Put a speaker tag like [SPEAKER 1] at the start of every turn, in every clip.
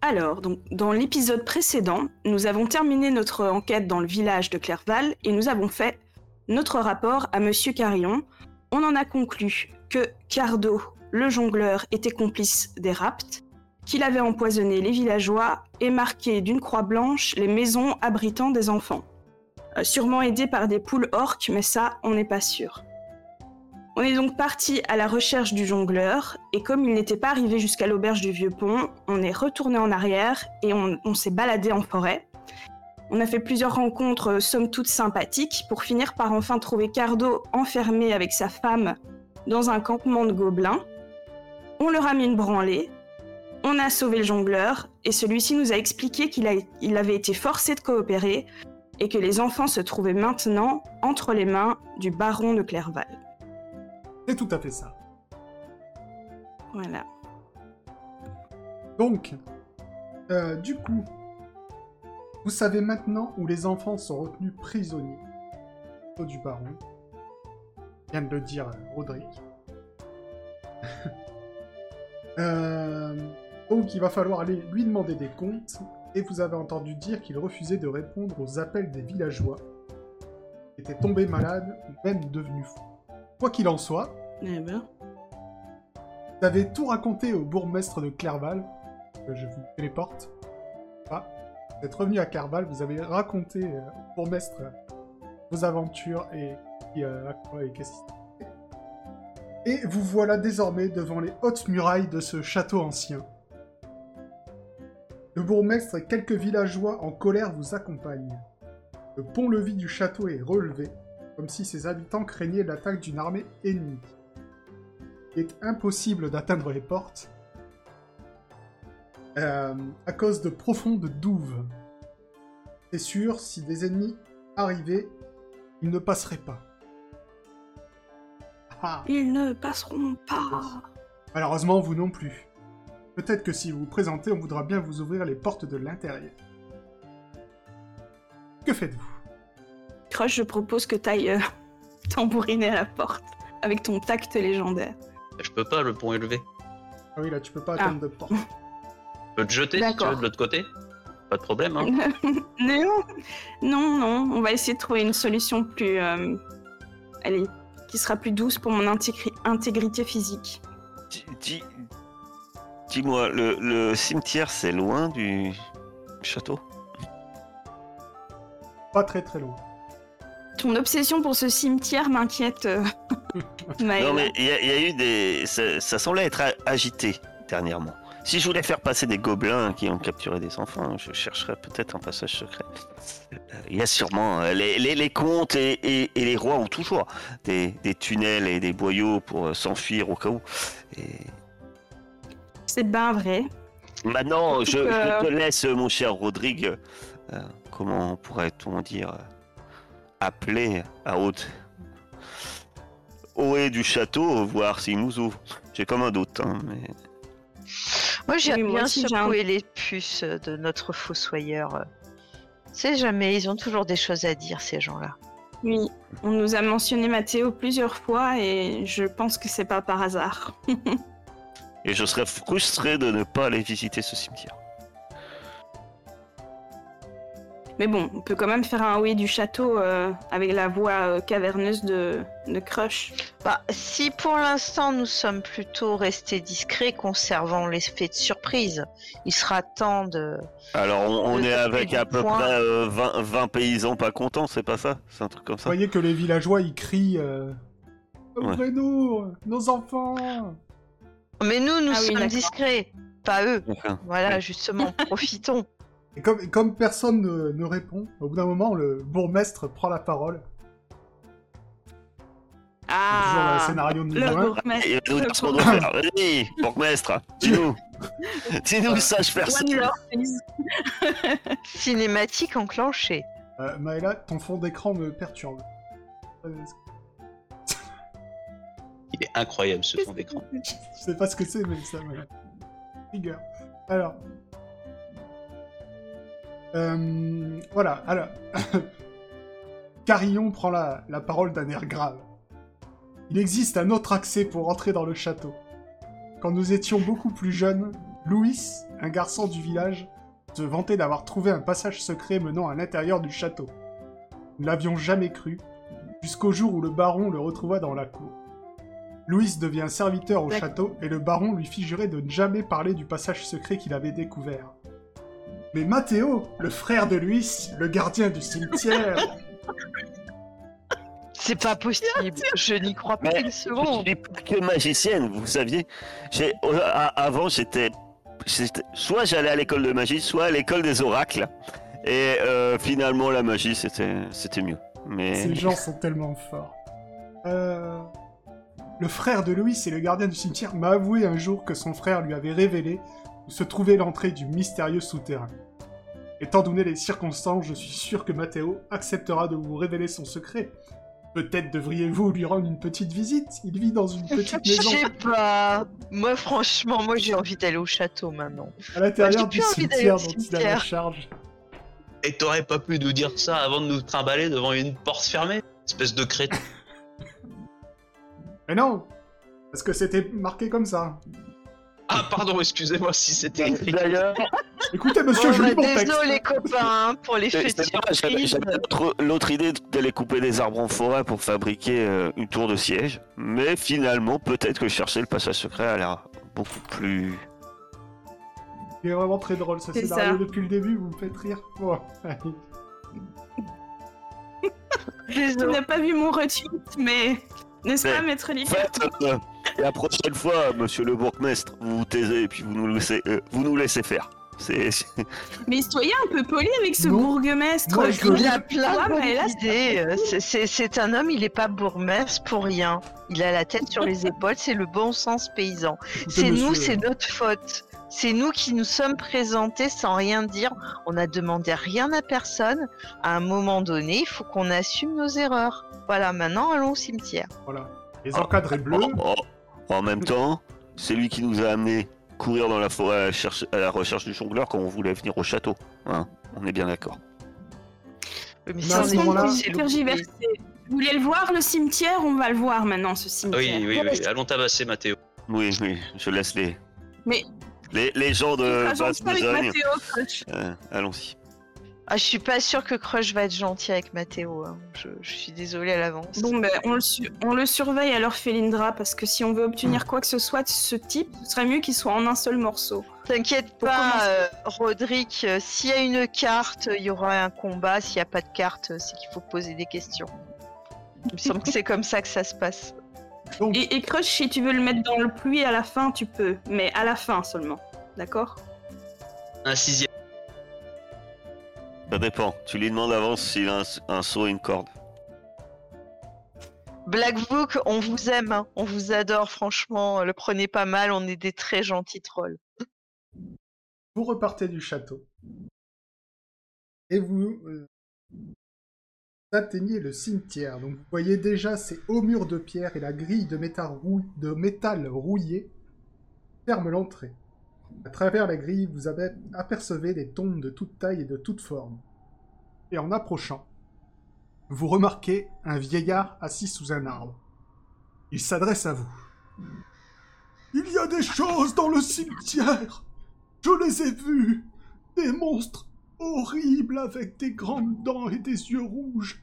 [SPEAKER 1] Alors, donc, dans l'épisode précédent, nous avons terminé notre enquête dans le village de Clerval et nous avons fait notre rapport à Monsieur Carillon. On en a conclu que Cardo, le jongleur, était complice des raptes, qu'il avait empoisonné les villageois et marqué d'une croix blanche les maisons abritant des enfants. Euh, sûrement aidé par des poules orques, mais ça, on n'est pas sûr. On est donc parti à la recherche du jongleur, et comme il n'était pas arrivé jusqu'à l'auberge du Vieux Pont, on est retourné en arrière et on, on s'est baladé en forêt. On a fait plusieurs rencontres, euh, somme toute sympathiques, pour finir par enfin trouver Cardo enfermé avec sa femme dans un campement de gobelins. On leur a mis une branlée, on a sauvé le jongleur, et celui-ci nous a expliqué qu'il a- il avait été forcé de coopérer et que les enfants se trouvaient maintenant entre les mains du baron de Clerval.
[SPEAKER 2] C'est tout à fait ça.
[SPEAKER 1] Voilà.
[SPEAKER 2] Donc, euh, du coup, vous savez maintenant où les enfants sont retenus prisonniers. Au du baron. Vient de le dire euh, Roderick. Euh, donc, il va falloir aller lui demander des comptes. Et vous avez entendu dire qu'il refusait de répondre aux appels des villageois. Il était tombé malade, ou même devenu fou. Quoi qu'il en soit,
[SPEAKER 1] Eh ben.
[SPEAKER 2] vous avez tout raconté au bourgmestre de Clerval. Euh, Je vous téléporte. Ah, vous êtes revenu à Clerval, vous avez raconté euh, au bourgmestre euh, vos aventures et, et, euh, à quoi et qu'est-ce qui s'est passé. Et vous voilà désormais devant les hautes murailles de ce château ancien. Le bourgmestre et quelques villageois en colère vous accompagnent. Le pont-levis du château est relevé, comme si ses habitants craignaient l'attaque d'une armée ennemie. Il est impossible d'atteindre les portes euh, à cause de profondes douves. C'est sûr, si des ennemis arrivaient, ils ne passeraient pas. Ah,
[SPEAKER 1] Ils ne passeront pas.
[SPEAKER 2] malheureusement, vous non plus. Peut-être que si vous vous présentez, on voudra bien vous ouvrir les portes de l'intérieur. Que faites-vous
[SPEAKER 1] Crush, je propose que t'ailles euh, tambouriner à la porte avec ton tact légendaire.
[SPEAKER 3] Je peux pas, le pont est levé.
[SPEAKER 2] Ah oui, là, tu peux pas
[SPEAKER 1] Ah.
[SPEAKER 2] atteindre de porte.
[SPEAKER 3] Je peux te jeter si tu
[SPEAKER 1] D'accord.
[SPEAKER 3] veux de l'autre côté. Pas de problème, hein.
[SPEAKER 1] non, non, non, on va essayer de trouver une solution plus. euh, allez, qui sera plus douce pour mon intégri- intégrité physique.
[SPEAKER 4] Di- di- Dis-moi, le, le cimetière, c'est loin du château
[SPEAKER 2] Pas très très loin.
[SPEAKER 1] Ton obsession pour ce cimetière m'inquiète, euh, Maëlle.
[SPEAKER 4] Non, mais il y, a- il y a eu des. Ça, ça semblait être a- agité dernièrement. Si je voulais faire passer des gobelins qui ont capturé des enfants, je chercherais peut-être un passage secret. Euh, Il y a sûrement. euh, Les, les, les comtes et, et- et les rois ont toujours des, des tunnels et des boyaux pour euh, s'enfuir au cas où. Et
[SPEAKER 1] C'est bien vrai.
[SPEAKER 4] Maintenant, je,
[SPEAKER 1] Donc, euh,
[SPEAKER 4] je te laisse, mon cher Rodrigue. Euh, comment pourrait-on dire euh, Appeler à haute. Oé du château, voir s'il nous ouvre. J'ai comme un doute, hein, mais.
[SPEAKER 5] Moi, j'ai
[SPEAKER 1] Oui, moi
[SPEAKER 5] bien
[SPEAKER 1] aussi, j'ai un-
[SPEAKER 5] secoué les puces euh, de notre fossoyeur. euh. C'est jamais, ils ont toujours des choses à dire, ces gens-là.
[SPEAKER 1] Oui, on nous a mentionné Mathéo plusieurs fois et je pense que c'est pas par hasard.
[SPEAKER 4] Et je serais frustré de ne pas aller visiter ce cimetière.
[SPEAKER 1] Mais bon, on peut quand même faire un oui du château euh, avec la voix euh, caverneuse de, de Crush.
[SPEAKER 5] Bah, si pour l'instant nous sommes plutôt restés discrets, conservant l'effet de surprise, il sera temps de.
[SPEAKER 4] Alors, on, on
[SPEAKER 5] Le
[SPEAKER 4] est
[SPEAKER 5] tapis
[SPEAKER 4] avec
[SPEAKER 5] du
[SPEAKER 4] à peu
[SPEAKER 5] poing.
[SPEAKER 4] près euh, 20, 20 paysans pas contents, c'est pas ça C'est un truc comme
[SPEAKER 2] Vous
[SPEAKER 4] ça
[SPEAKER 2] voyez que les villageois, ils crient euh,
[SPEAKER 4] Ouais.
[SPEAKER 2] Ouvrez-nous Nos enfants
[SPEAKER 5] Mais nous, nous
[SPEAKER 1] Ah oui,
[SPEAKER 5] sommes
[SPEAKER 1] d'accord.
[SPEAKER 5] discrets, pas eux.
[SPEAKER 4] Ouais.
[SPEAKER 5] Voilà, justement, profitons.
[SPEAKER 2] Et comme, et comme personne ne, ne répond, au bout d'un moment, le bourgmestre prend la parole. Toujours le
[SPEAKER 1] Ah
[SPEAKER 2] scénario de
[SPEAKER 1] Le
[SPEAKER 2] niveau 1.
[SPEAKER 1] bourgmestre.
[SPEAKER 4] Et il va nous
[SPEAKER 1] le
[SPEAKER 4] dire ce qu'on doit
[SPEAKER 1] bourgmestre.
[SPEAKER 4] faire. Vas-y, bourgmestre, dis-nous. dis-nous le sage faire ça.
[SPEAKER 1] One Lord, please.
[SPEAKER 5] Cinématique enclenchée.
[SPEAKER 2] Euh, Maëla, ton fond d'écran me perturbe. Euh,
[SPEAKER 3] Il est incroyable ce fond d'écran.
[SPEAKER 2] Je sais pas ce que c'est, mais ça me trigger. Alors. Euh, voilà, alors. Carillon prend la, la parole d'un air grave. Il existe un autre accès pour entrer dans le château. Quand nous étions beaucoup plus jeunes, Louis, un garçon du village, se vantait d'avoir trouvé un passage secret menant à l'intérieur du château. Nous l'avions jamais cru, jusqu'au jour où le baron le retrouva dans la cour. Louis devient serviteur au
[SPEAKER 1] D'accord.
[SPEAKER 2] château et le baron lui fit jurer de ne jamais parler du passage secret qu'il avait découvert. Mais Matteo, le frère de Louis, le gardien du cimetière,
[SPEAKER 5] C'est pas possible. Je n'y crois pas
[SPEAKER 4] Mais-
[SPEAKER 5] une
[SPEAKER 4] Je
[SPEAKER 5] seconde.
[SPEAKER 4] suis pas que magicienne, vous saviez. J'ai- au- a- Avant, j'étais. j'étais- Soit j'allais à l'école de magie, soit à l'école des oracles. Et euh, finalement, la magie, c'était c'était mieux. Eh, Mais
[SPEAKER 2] Ces gens sont tellement forts. Euh, Le frère de Louis et le gardien du cimetière m'a avoué un jour que son frère lui avait révélé où se trouvait l'entrée du mystérieux souterrain. Étant donné les circonstances, je suis sûr que Matteo acceptera de vous révéler son secret. Peut-être devriez-vous lui rendre une petite visite. Il vit dans une petite
[SPEAKER 5] Je
[SPEAKER 2] maison
[SPEAKER 5] sais pas. Moi, franchement, moi, j'ai envie d'aller au château maintenant.
[SPEAKER 2] à l'intérieur
[SPEAKER 5] Moi, j'ai
[SPEAKER 2] du
[SPEAKER 5] plus envie d'aller
[SPEAKER 2] cimetière dont
[SPEAKER 5] au
[SPEAKER 2] il a la
[SPEAKER 5] cimetière.
[SPEAKER 2] charge.
[SPEAKER 3] Et t'aurais pas pu nous dire ça avant de nous trimballer devant une porte fermée Espèce de crétin.
[SPEAKER 2] Mais non Parce que c'était marqué comme ça.
[SPEAKER 3] Ah, pardon, excusez-moi si
[SPEAKER 2] Bah,
[SPEAKER 3] c'était écrit.
[SPEAKER 4] d'ailleurs,
[SPEAKER 2] Écoutez, monsieur,
[SPEAKER 5] Bon,
[SPEAKER 2] je lis
[SPEAKER 5] bah,
[SPEAKER 2] mon texte.
[SPEAKER 5] désolé, copains, hein, pour les
[SPEAKER 4] c'est-
[SPEAKER 5] fêtes
[SPEAKER 4] c'est pas- j'avais
[SPEAKER 5] surprises.
[SPEAKER 4] j'avais l'autre- l'autre idée d'aller couper des arbres en forêt pour fabriquer euh, une tour de siège. Mais finalement, peut-être que chercher le passage secret a l'air beaucoup plus.
[SPEAKER 2] Il est vraiment très drôle ce
[SPEAKER 1] C'est
[SPEAKER 2] scénario
[SPEAKER 1] ça.
[SPEAKER 2] depuis le début, vous me faites rire. Bon, allez.
[SPEAKER 1] Tu
[SPEAKER 5] Désolé.
[SPEAKER 1] n'as pas vu mon retweet, mais n'est-ce
[SPEAKER 4] Mais-
[SPEAKER 1] pas, maître
[SPEAKER 4] En
[SPEAKER 1] Lily
[SPEAKER 4] fait, euh, la prochaine fois, monsieur le bourgmestre, vous vous taisez et puis vous nous laissez, euh, vous nous laissez faire. C'est.
[SPEAKER 1] Mais soyez un peu poli avec ce
[SPEAKER 2] Non.
[SPEAKER 1] bourgmestre.
[SPEAKER 2] Moi, je
[SPEAKER 1] il
[SPEAKER 5] Il
[SPEAKER 2] veux-
[SPEAKER 5] a
[SPEAKER 1] a
[SPEAKER 5] plein
[SPEAKER 1] Ah,
[SPEAKER 5] de
[SPEAKER 1] mais là,
[SPEAKER 5] bonnes idées. C'est- c'est- C'est un homme, il n'est pas bourgmestre pour rien. Il a la tête sur les épaules, c'est le bon sens paysan.
[SPEAKER 2] Écoutez,
[SPEAKER 5] C'est
[SPEAKER 2] monsieur,
[SPEAKER 5] nous,
[SPEAKER 2] euh,
[SPEAKER 5] c'est notre faute. C'est nous qui nous sommes présentés sans rien dire. On n'a demandé rien à personne. À un moment donné, il faut qu'on assume nos erreurs. Voilà, maintenant allons au cimetière.
[SPEAKER 2] Voilà. Les encadrés bleus,
[SPEAKER 4] Oh, oh. En même temps, c'est lui qui nous a amené courir dans la forêt à, la cherche- à la recherche du jongleur quand on voulait venir au château. hein. on est bien d'accord.
[SPEAKER 5] Oui, Mais
[SPEAKER 2] Non,
[SPEAKER 5] ça,
[SPEAKER 2] à
[SPEAKER 5] on
[SPEAKER 2] ce
[SPEAKER 5] est-
[SPEAKER 2] moment-là-
[SPEAKER 5] c'est loupé.
[SPEAKER 1] tergiversé. Vous voulez le voir, le cimetière On va le voir maintenant, ce
[SPEAKER 3] Oui,
[SPEAKER 1] cimetière. bah,
[SPEAKER 3] oui, oui, oui. Allons tabasser Mathéo.
[SPEAKER 4] Oui, oui, je laisse les.
[SPEAKER 1] Mais-
[SPEAKER 4] Les, les gens
[SPEAKER 3] Euh,
[SPEAKER 4] de
[SPEAKER 3] bah,
[SPEAKER 1] Agence
[SPEAKER 4] basse
[SPEAKER 1] pas avec
[SPEAKER 4] besogne.
[SPEAKER 1] Mathéo, Crush.
[SPEAKER 4] Euh, Allons-y.
[SPEAKER 5] Ah, je suis pas sûre que Crush va être gentil avec Mathéo. hein. Je, je suis désolée à l'avance.
[SPEAKER 1] Bon, ben, on le, su- on le surveille alors, Félindra, parce que si on veut
[SPEAKER 2] Mm.
[SPEAKER 1] obtenir quoi que ce soit de ce type, ce serait mieux qu'il soit en un seul morceau.
[SPEAKER 5] T'inquiète
[SPEAKER 1] Pour
[SPEAKER 5] pas,
[SPEAKER 1] commencer.
[SPEAKER 5] euh, Roderick, euh, s'il y a une carte, il y aura un combat. S'il n'y a pas de carte, euh, c'est qu'il faut poser des questions. Il me semble que c'est comme ça que ça se passe.
[SPEAKER 2] donc,
[SPEAKER 1] Et, et Crush, si tu veux le mettre dans le pluie à la fin, tu peux, mais à la fin seulement. D'accord
[SPEAKER 3] Un sixième.
[SPEAKER 4] Ça dépend. Tu lui demandes avant s'il a un, un seau et une corde.
[SPEAKER 5] Blackbook, on vous aime, hein. on vous adore, franchement. Euh, Le prenez pas mal, on est des très gentils trolls.
[SPEAKER 2] vous repartez du château. Et vous euh, atteignez le cimetière. Donc vous voyez déjà ces hauts murs de pierre et la grille de métal, rouillé de métal rouillé ferme l'entrée. À travers la grille, vous avez- apercevez des tombes de toute taille et de toute forme. Et en approchant, vous remarquez un vieillard assis sous un arbre. Il s'adresse à vous. Il y a des choses dans le cimetière je les ai vus Des monstres horribles avec des grandes dents et des yeux rouges.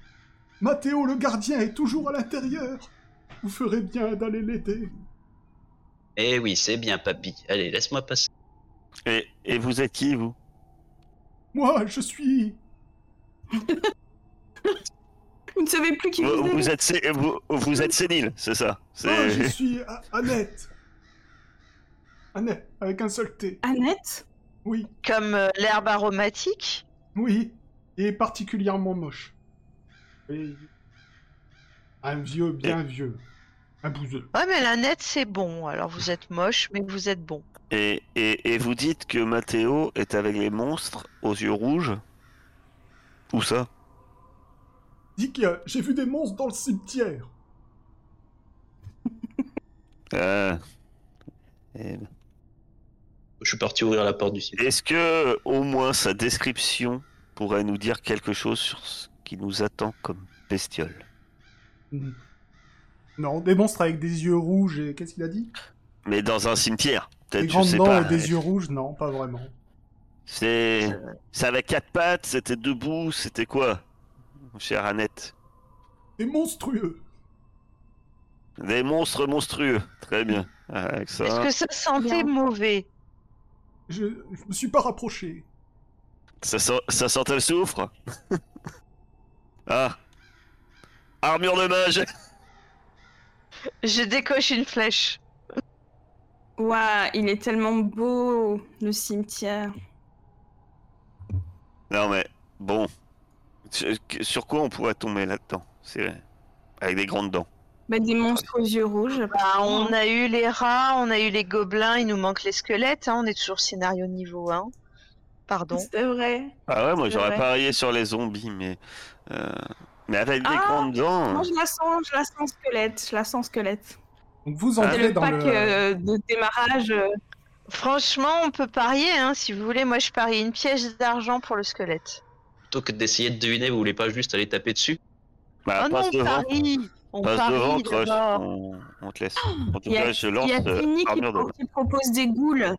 [SPEAKER 2] Mathéo le gardien est toujours à l'intérieur. Vous ferez bien d'aller l'aider.
[SPEAKER 3] Eh oui, c'est bien, papy. Allez, laisse-moi passer.
[SPEAKER 4] Et, et vous êtes qui, vous
[SPEAKER 2] Moi, je suis...
[SPEAKER 1] Vous ne savez plus qui vous,
[SPEAKER 2] Euh,
[SPEAKER 4] vous,
[SPEAKER 1] êtes.
[SPEAKER 4] vous êtes, sé- vous, vous êtes sénile, c'est ça
[SPEAKER 2] Moi, je
[SPEAKER 4] C'est-
[SPEAKER 2] suis A- Annette. Annette, avec un seul T.
[SPEAKER 1] Annette
[SPEAKER 2] Oui,
[SPEAKER 5] Comme euh, l'herbe aromatique,
[SPEAKER 2] oui. Et particulièrement moche. Et... Un vieux, bien vieux. Un bouseux.
[SPEAKER 5] ouais, mais la nette, c'est bon. Alors vous êtes moche, mais vous êtes bon.
[SPEAKER 4] Et, et, et vous dites que Mathéo est avec les monstres aux yeux rouges Où ça
[SPEAKER 2] Dis que euh, j'ai vu des monstres dans le cimetière.
[SPEAKER 4] Ah. Eh ben.
[SPEAKER 3] Je suis parti ouvrir la porte du cimetière.
[SPEAKER 4] Est-ce que au moins sa description pourrait nous dire quelque chose sur ce qui nous attend comme bestiole
[SPEAKER 2] Non, des monstres avec des yeux rouges et... Qu'est-ce qu'il a dit
[SPEAKER 4] Mais dans un cimetière, peut-être
[SPEAKER 2] Des
[SPEAKER 4] peut-être, je
[SPEAKER 2] grandes
[SPEAKER 4] sais
[SPEAKER 2] dents
[SPEAKER 4] pas.
[SPEAKER 2] et euh, des yeux rouges, non, pas vraiment.
[SPEAKER 4] C'est. Ça avait quatre pattes, c'était debout, c'était quoi Chère Annette.
[SPEAKER 2] C'est monstrueux.
[SPEAKER 4] Des monstres monstrueux. Très bien. Avec ça.
[SPEAKER 5] Est-ce que ça
[SPEAKER 1] Bien.
[SPEAKER 5] sentait mauvais
[SPEAKER 2] Je, je me suis pas rapproché.
[SPEAKER 4] Ça, sent- ça sentait le soufre Ah Armure de mage
[SPEAKER 5] Je décoche une flèche.
[SPEAKER 1] Ouah, il est tellement beau, le cimetière.
[SPEAKER 4] Non mais, bon. Sur- Sur quoi on pourrait tomber là-dedans C'est- Avec des grandes dents.
[SPEAKER 1] Bah, des monstres aux yeux rouges.
[SPEAKER 5] Bah, on a eu les rats, on a eu les gobelins, il nous manque les squelettes. hein, on est toujours scénario niveau 1. Pardon.
[SPEAKER 1] C'est vrai.
[SPEAKER 4] Ah ouais, moi
[SPEAKER 1] C'est
[SPEAKER 4] j'aurais
[SPEAKER 1] vrai.
[SPEAKER 4] parié sur les zombies, mais... euh, Mais avec des
[SPEAKER 1] Ah
[SPEAKER 4] grandes dents...
[SPEAKER 1] Moi, je la sens, je la sens squelette, je la sens squelette.
[SPEAKER 2] Donc vous
[SPEAKER 4] Ah,
[SPEAKER 1] C'est
[SPEAKER 2] entrez
[SPEAKER 1] le
[SPEAKER 2] dans
[SPEAKER 1] pack
[SPEAKER 2] le.
[SPEAKER 1] euh, de démarrage. euh,
[SPEAKER 5] Franchement, on peut parier, hein, si vous voulez. Moi, je parie une pièce d'argent pour le squelette.
[SPEAKER 3] Plutôt que d'essayer de deviner, vous voulez pas juste aller taper dessus
[SPEAKER 4] Bah,
[SPEAKER 5] oh non,
[SPEAKER 4] passe
[SPEAKER 5] on
[SPEAKER 4] devant.
[SPEAKER 5] parie On
[SPEAKER 4] Passe devant,
[SPEAKER 5] parie
[SPEAKER 4] Crush.
[SPEAKER 5] d'abord.
[SPEAKER 4] On... on te laisse. En tout
[SPEAKER 1] Il y a-
[SPEAKER 4] cas, je
[SPEAKER 1] Il
[SPEAKER 4] lance
[SPEAKER 1] y a
[SPEAKER 4] euh,
[SPEAKER 1] Tini qui,
[SPEAKER 4] armure de
[SPEAKER 1] pro-
[SPEAKER 4] mage.
[SPEAKER 1] qui propose des goules.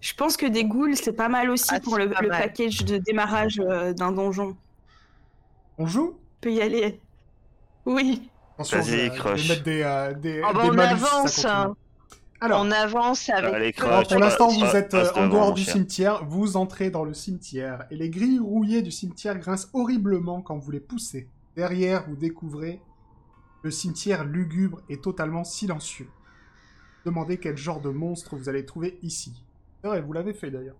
[SPEAKER 1] Je pense que des goules, c'est pas mal aussi
[SPEAKER 5] Ah,
[SPEAKER 1] pour
[SPEAKER 5] c'est
[SPEAKER 1] le,
[SPEAKER 5] pas
[SPEAKER 1] le
[SPEAKER 5] mal.
[SPEAKER 1] package de démarrage euh, d'un donjon.
[SPEAKER 2] On joue
[SPEAKER 1] On peut y aller. Oui.
[SPEAKER 2] Attention,
[SPEAKER 4] Vas-y,
[SPEAKER 2] je vais- je vais
[SPEAKER 4] Crush.
[SPEAKER 2] mettre des, euh, des,
[SPEAKER 5] Ah bah,
[SPEAKER 2] des
[SPEAKER 5] on
[SPEAKER 2] malus, ça
[SPEAKER 5] avance,
[SPEAKER 2] continue.
[SPEAKER 5] hein.
[SPEAKER 2] Alors,
[SPEAKER 5] On avance avec.
[SPEAKER 4] Allez, Crush,
[SPEAKER 2] Alors, pour
[SPEAKER 4] passe-
[SPEAKER 2] l'instant, vous
[SPEAKER 4] passe-
[SPEAKER 2] êtes euh,
[SPEAKER 4] passe
[SPEAKER 2] en
[SPEAKER 4] devant,
[SPEAKER 2] dehors
[SPEAKER 4] mon
[SPEAKER 2] du
[SPEAKER 4] cher.
[SPEAKER 2] cimetière, vous entrez dans le cimetière, et les grilles rouillées du cimetière grincent horriblement quand vous les poussez. Derrière, vous découvrez le cimetière lugubre et totalement silencieux. Demandez quel genre de monstre vous allez trouver ici. C'est vrai, vous l'avez fait d'ailleurs.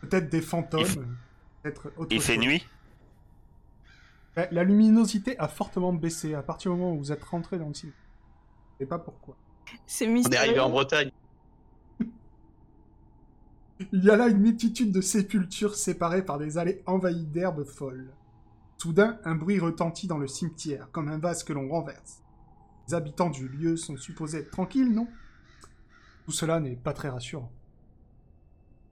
[SPEAKER 2] Peut-être des
[SPEAKER 4] Il
[SPEAKER 2] fantômes, peut-être autre
[SPEAKER 4] Il fait
[SPEAKER 2] chose.
[SPEAKER 4] nuit
[SPEAKER 2] La, la luminosité a fortement baissé à partir du moment où vous êtes rentré dans le cimetière. Je sais pas pourquoi.
[SPEAKER 1] C'est
[SPEAKER 3] On est arrivé
[SPEAKER 1] mystérieux.
[SPEAKER 3] en Bretagne.
[SPEAKER 2] Il y a là une multitude de sépultures séparées par des allées envahies d'herbes folles. Soudain, un bruit retentit dans le cimetière, comme un vase que l'on renverse. Les habitants du lieu sont supposés être tranquilles, non Tout cela n'est pas très rassurant.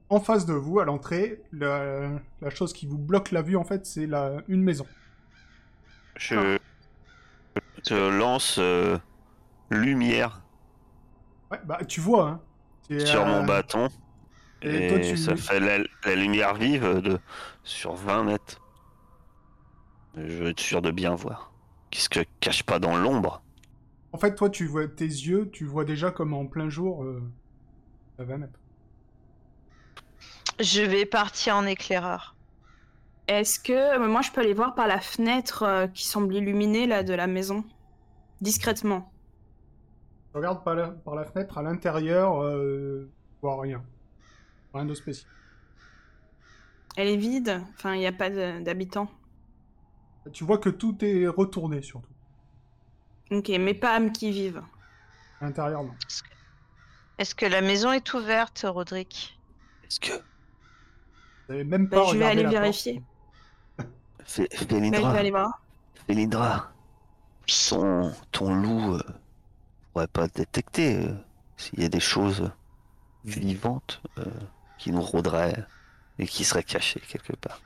[SPEAKER 2] En face de vous, à l'entrée, le- la chose qui vous bloque la vue, en fait, c'est la- une maison.
[SPEAKER 4] Je
[SPEAKER 1] Ah.
[SPEAKER 4] te lance euh, lumière
[SPEAKER 2] Ouais, bah, tu vois, hein. C'est,
[SPEAKER 4] sur
[SPEAKER 2] euh,
[SPEAKER 4] mon bâton
[SPEAKER 2] et
[SPEAKER 4] et,
[SPEAKER 2] toi, tu-
[SPEAKER 4] ça fait la, la lumière vive de sur 20 mètres. Je veux être sûr de bien voir. Qu'est-ce que cache pas dans l'ombre
[SPEAKER 2] En fait, toi, tu vois tes yeux, tu vois déjà comme en plein jour. euh, ça va mettre.
[SPEAKER 5] Je vais partir en éclaireur.
[SPEAKER 1] Est-ce que moi, je peux aller voir par la fenêtre euh, qui semble illuminée là de la maison, discrètement
[SPEAKER 2] Je regarde par la, par la fenêtre à l'intérieur, euh, je vois rien. Rien de spécial.
[SPEAKER 1] Elle est vide. Enfin, il n'y a pas de- d'habitants.
[SPEAKER 2] Tu vois que tout est retourné surtout.
[SPEAKER 1] Ok, mais pas âmes qui vivent.
[SPEAKER 2] À l'intérieur, non.
[SPEAKER 5] Est-ce que la maison est ouverte, Roderick
[SPEAKER 4] Est-ce que
[SPEAKER 2] Vous avez même
[SPEAKER 1] Bah,
[SPEAKER 2] pas
[SPEAKER 1] je vais
[SPEAKER 2] regardé
[SPEAKER 1] aller
[SPEAKER 2] la porte.
[SPEAKER 1] vérifier.
[SPEAKER 4] Fé-
[SPEAKER 1] Bah, je
[SPEAKER 4] Félindra,
[SPEAKER 1] vais aller voir.
[SPEAKER 4] Félindra, son ton loup euh, pourrait pas détecter euh, s'il y a des choses vivantes euh, qui nous rôderaient et qui seraient cachées quelque part.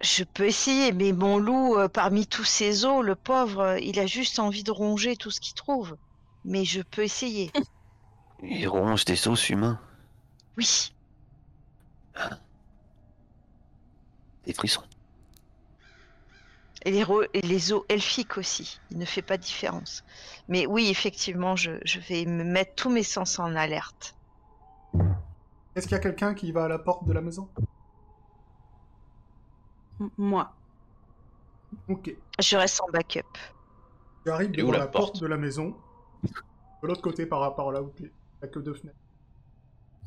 [SPEAKER 5] Je peux essayer, mais mon loup, euh, parmi tous ces os, le pauvre, euh, il a juste envie de ronger tout ce qu'il trouve. Mais je peux essayer.
[SPEAKER 4] Il ronge des os humains.
[SPEAKER 5] Oui.
[SPEAKER 4] Des frissons.
[SPEAKER 5] Et les, ro- et les eaux elfiques aussi, il ne fait pas de différence. Mais oui, effectivement, je, je vais me mettre tous mes sens en alerte.
[SPEAKER 2] Est-ce qu'il y a quelqu'un qui va à la porte de la maison
[SPEAKER 1] M- Moi.
[SPEAKER 2] Ok.
[SPEAKER 5] Je reste en backup.
[SPEAKER 2] Tu arrives
[SPEAKER 3] Et où
[SPEAKER 2] devant la,
[SPEAKER 3] la
[SPEAKER 2] porte,
[SPEAKER 3] porte
[SPEAKER 2] de la maison. De l'autre côté par rapport à là où il n'y a que deux fenêtres.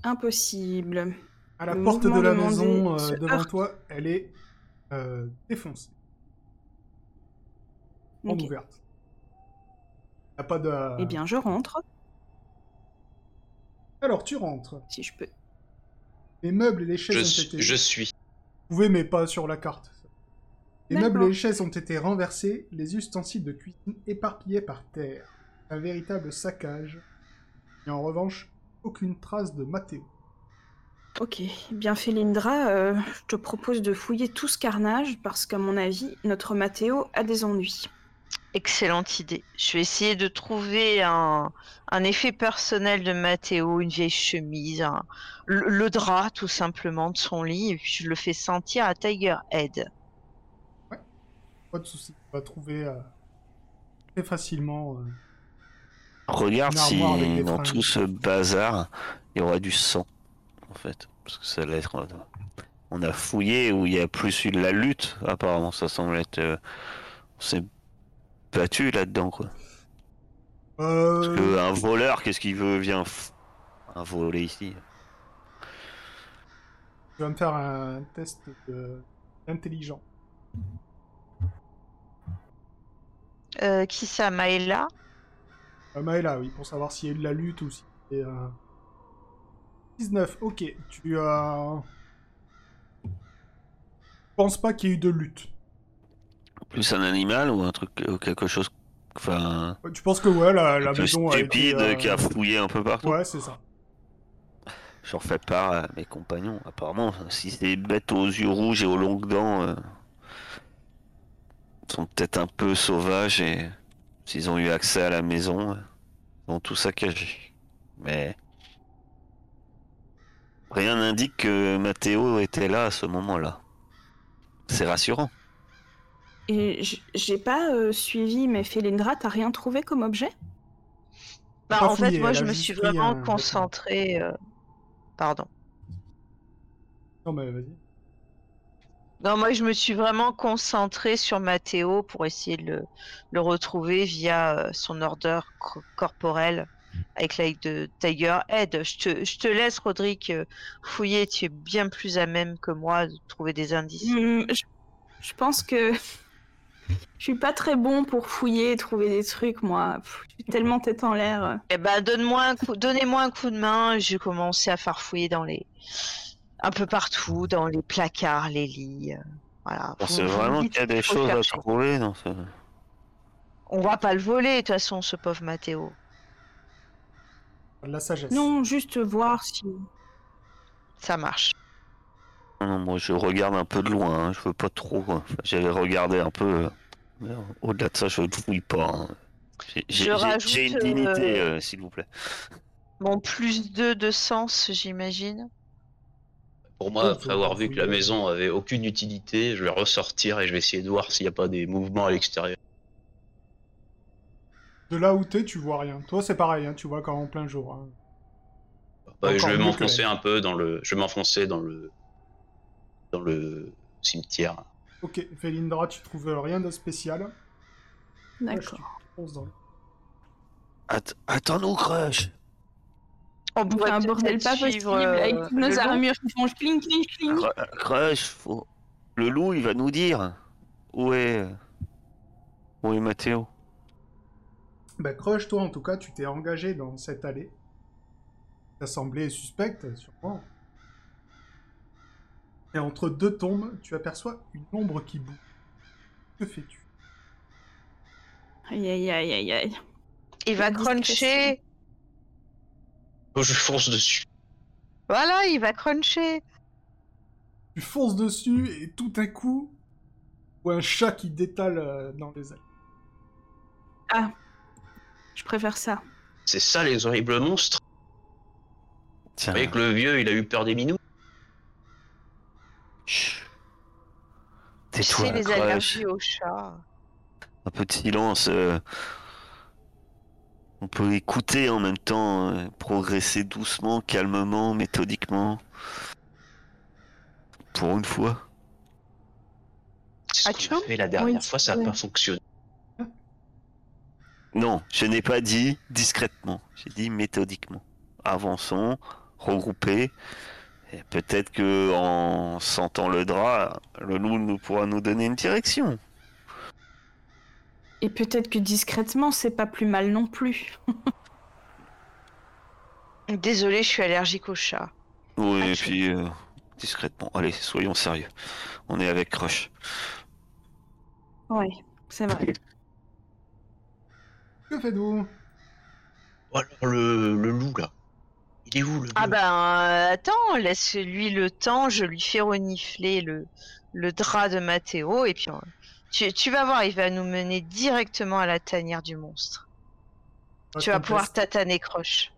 [SPEAKER 1] Impossible.
[SPEAKER 2] À la
[SPEAKER 1] Le
[SPEAKER 2] porte de
[SPEAKER 1] mouvement
[SPEAKER 2] la
[SPEAKER 1] demandé
[SPEAKER 2] maison euh,
[SPEAKER 1] se
[SPEAKER 2] devant
[SPEAKER 1] heurte.
[SPEAKER 2] toi, elle est euh, défoncée,
[SPEAKER 5] Oh,
[SPEAKER 2] en
[SPEAKER 5] bah.
[SPEAKER 1] Ok.
[SPEAKER 2] ouverte. Il n'y a pas de.
[SPEAKER 1] Eh bien, je rentre,
[SPEAKER 2] Alors tu rentres.
[SPEAKER 1] si je peux.
[SPEAKER 2] Les meubles et les chaises
[SPEAKER 3] Je,
[SPEAKER 2] ont
[SPEAKER 3] suis-
[SPEAKER 2] été.
[SPEAKER 3] je suis.
[SPEAKER 2] Vous pouvez, mais pas sur la carte. Les
[SPEAKER 1] D'accord.
[SPEAKER 2] meubles et les chaises ont été renversés, les ustensiles de cuisine éparpillés par terre. Un véritable saccage. Et en revanche, aucune trace de Mathéo.
[SPEAKER 1] Ok, Eh bien Félindra, euh, je te propose de fouiller tout ce carnage parce qu'à mon avis, notre Mathéo a des ennuis.
[SPEAKER 5] Excellente idée. Je vais essayer de trouver un, un effet personnel de Mathéo, une vieille chemise, un- le, le drap tout simplement de son lit, et puis je le fais sentir à Tiger Head.
[SPEAKER 2] Pas de soucis, on va trouver euh, très facilement. euh,
[SPEAKER 4] Regarde
[SPEAKER 2] Une
[SPEAKER 4] si
[SPEAKER 2] armoire avec des
[SPEAKER 4] dans
[SPEAKER 2] fringues.
[SPEAKER 4] tout ce bazar, il y aura du sang, en fait. Parce que ça laisse. On a fouillé où il y a plus eu de la lutte, apparemment. Ça semble être. euh, On s'est battu là-dedans, quoi. Parce
[SPEAKER 2] euh,
[SPEAKER 4] que un voleur, qu'est-ce qu'il veut Vient f- un voler ici.
[SPEAKER 2] Tu vas me faire un test de- d'intelligent.
[SPEAKER 5] Euh, qui ça, Maëla
[SPEAKER 2] Euh, Maëla, oui, pour savoir s'il y a eu de la lutte ou si c'est un... 19, ok. Tu as... Je pense pas qu'il y ait eu de lutte.
[SPEAKER 4] Plus un animal ou un truc ou quelque chose. Enfin,
[SPEAKER 2] Euh, Tu penses que ouais, la, la
[SPEAKER 4] un peu
[SPEAKER 2] maison a été,
[SPEAKER 4] stupide
[SPEAKER 2] euh,
[SPEAKER 4] qui a fouillé un peu partout.
[SPEAKER 2] Ouais, c'est ça.
[SPEAKER 4] J'en fais part à mes compagnons. Apparemment, si ces bêtes aux yeux rouges et aux longues dents euh, sont peut-être un peu sauvages et s'ils ont eu accès à la maison, euh, ils ont tout saccagé. Mais rien n'indique que Matteo était là à ce moment-là. C'est rassurant.
[SPEAKER 1] Et j- j'ai pas euh, suivi, mais Félindra, t'as rien trouvé comme objet
[SPEAKER 5] Bah,
[SPEAKER 2] pas
[SPEAKER 5] En fait,
[SPEAKER 2] fouillé,
[SPEAKER 5] moi
[SPEAKER 2] elle
[SPEAKER 5] je
[SPEAKER 2] a
[SPEAKER 5] me
[SPEAKER 2] juste
[SPEAKER 5] suis
[SPEAKER 2] pris un
[SPEAKER 5] vraiment
[SPEAKER 2] vêtement.
[SPEAKER 5] concentrée. euh, Pardon.
[SPEAKER 2] Non, mais vas-y.
[SPEAKER 5] Non, moi je me suis vraiment concentrée sur Mathéo pour essayer de le, le retrouver via euh, son ordre cor- corporel avec l'aide de Tiger Head. Je te, je te laisse, Roderick, euh, fouiller. Tu es bien plus à même que moi de trouver des indices.
[SPEAKER 1] Hmm, je, je pense que je suis pas très bon pour fouiller et trouver des trucs, moi. Pff, Je suis tellement tête en l'air.
[SPEAKER 5] Eh ben, donne-moi un coup, donnez-moi un coup de main. J'ai commencé à farfouiller dans les, un peu partout, dans les placards, les lits. euh, Voilà.
[SPEAKER 4] On
[SPEAKER 5] Vous-
[SPEAKER 4] sait
[SPEAKER 5] vous me
[SPEAKER 4] vraiment
[SPEAKER 5] dites
[SPEAKER 4] qu'il y a
[SPEAKER 5] ce
[SPEAKER 4] des
[SPEAKER 5] faut
[SPEAKER 4] choses à
[SPEAKER 5] chercher.
[SPEAKER 4] trouver dans ce...
[SPEAKER 5] On va pas le voler, de toute façon, ce pauvre Mathéo.
[SPEAKER 2] De la sagesse.
[SPEAKER 1] Non, juste voir si.
[SPEAKER 5] Ça marche.
[SPEAKER 4] Non, non, moi je regarde un peu de loin, hein, je veux pas trop. hein. Enfin, J'avais regardé un peu. euh, mais, euh, Au-delà de ça, je ne fouille pas. hein. J'ai-
[SPEAKER 5] Je
[SPEAKER 4] J'ai j'ai-
[SPEAKER 5] rajoute,
[SPEAKER 4] j'ai une
[SPEAKER 5] euh,
[SPEAKER 4] dignité, euh, s'il vous plaît.
[SPEAKER 5] Bon, plus 2 de sens, j'imagine.
[SPEAKER 3] Pour moi,
[SPEAKER 2] Oh, faut
[SPEAKER 3] après avoir vu que la
[SPEAKER 2] fouiller.
[SPEAKER 3] maison avait aucune utilité, je vais ressortir et je vais essayer de voir s'il n'y a pas des mouvements à l'extérieur.
[SPEAKER 2] De là où t'es, tu vois rien. Toi, c'est pareil, hein, tu vois quand en plein jour. hein.
[SPEAKER 3] Bah, je
[SPEAKER 2] Encore mieux
[SPEAKER 3] vais
[SPEAKER 2] que
[SPEAKER 3] m'enfoncer
[SPEAKER 2] la-
[SPEAKER 3] un peu dans le, je vais m'enfoncer dans le, dans le cimetière.
[SPEAKER 2] Ok, Félindra, tu trouves euh, rien de spécial.
[SPEAKER 1] D'accord.
[SPEAKER 2] Fonce dans le-
[SPEAKER 4] Att- Attends-nous, Crush
[SPEAKER 5] On
[SPEAKER 1] On fait un bordel pas possible
[SPEAKER 5] euh,
[SPEAKER 1] avec toutes nos armures qui font cling cling cling.
[SPEAKER 4] Cru- Crush, faut- le loup, il va nous dire. Où est. euh, Où est Mathéo
[SPEAKER 2] Bah, Crush, toi, en tout cas, tu t'es engagé dans cette allée. Ça semblait suspecte, sûrement. Et entre deux tombes, tu aperçois une ombre qui bouge. Que fais-tu
[SPEAKER 1] Aïe aïe aïe aïe aïe.
[SPEAKER 5] Il va
[SPEAKER 1] Une
[SPEAKER 5] cruncher.
[SPEAKER 1] discrétion.
[SPEAKER 3] Oh, Je fonce dessus.
[SPEAKER 5] Voilà, il va cruncher.
[SPEAKER 2] Tu fonces dessus et tout à coup, ou un chat qui détale euh, dans les ailes.
[SPEAKER 1] Je préfère ça.
[SPEAKER 3] C'est ça les horribles monstres.
[SPEAKER 4] Tiens,
[SPEAKER 3] Vous voyez que le vieux, il a eu peur des minous.
[SPEAKER 4] chut.
[SPEAKER 5] Tu
[SPEAKER 4] Tais-toi,
[SPEAKER 5] sais, les
[SPEAKER 4] Crush.
[SPEAKER 5] allergies au chat.
[SPEAKER 4] Un peu de silence. euh, On peut écouter en même temps, euh, progresser doucement, calmement, méthodiquement. Pour une fois.
[SPEAKER 3] C'est ce qu'on a
[SPEAKER 5] Atchoum
[SPEAKER 3] fait la dernière
[SPEAKER 1] Oui,
[SPEAKER 3] fois, ça n'a
[SPEAKER 1] ouais.
[SPEAKER 3] pas fonctionné.
[SPEAKER 4] Non, je n'ai pas dit discrètement, j'ai dit méthodiquement. Avançons, regroupés. et Peut-être que en sentant le drap, le loup nous pourra nous donner une direction.
[SPEAKER 1] Et peut-être que discrètement, c'est pas plus mal non plus.
[SPEAKER 5] Désolée, je suis allergique au chat.
[SPEAKER 4] Oui,
[SPEAKER 5] Ah,
[SPEAKER 4] et
[SPEAKER 5] tu-
[SPEAKER 4] puis euh, discrètement. Allez, soyons sérieux. On est avec Crush.
[SPEAKER 1] Ouais, c'est vrai.
[SPEAKER 2] Que faites-vous
[SPEAKER 3] Oh, alors le, le loup là. Il est où le loup
[SPEAKER 5] Ah ben, euh, attends, laisse-lui le temps. Je lui fais renifler le, le drap de Mathéo et puis euh, Tu, tu vas voir, il va nous mener directement à la tanière du monstre. tu vas pouvoir tataner croche.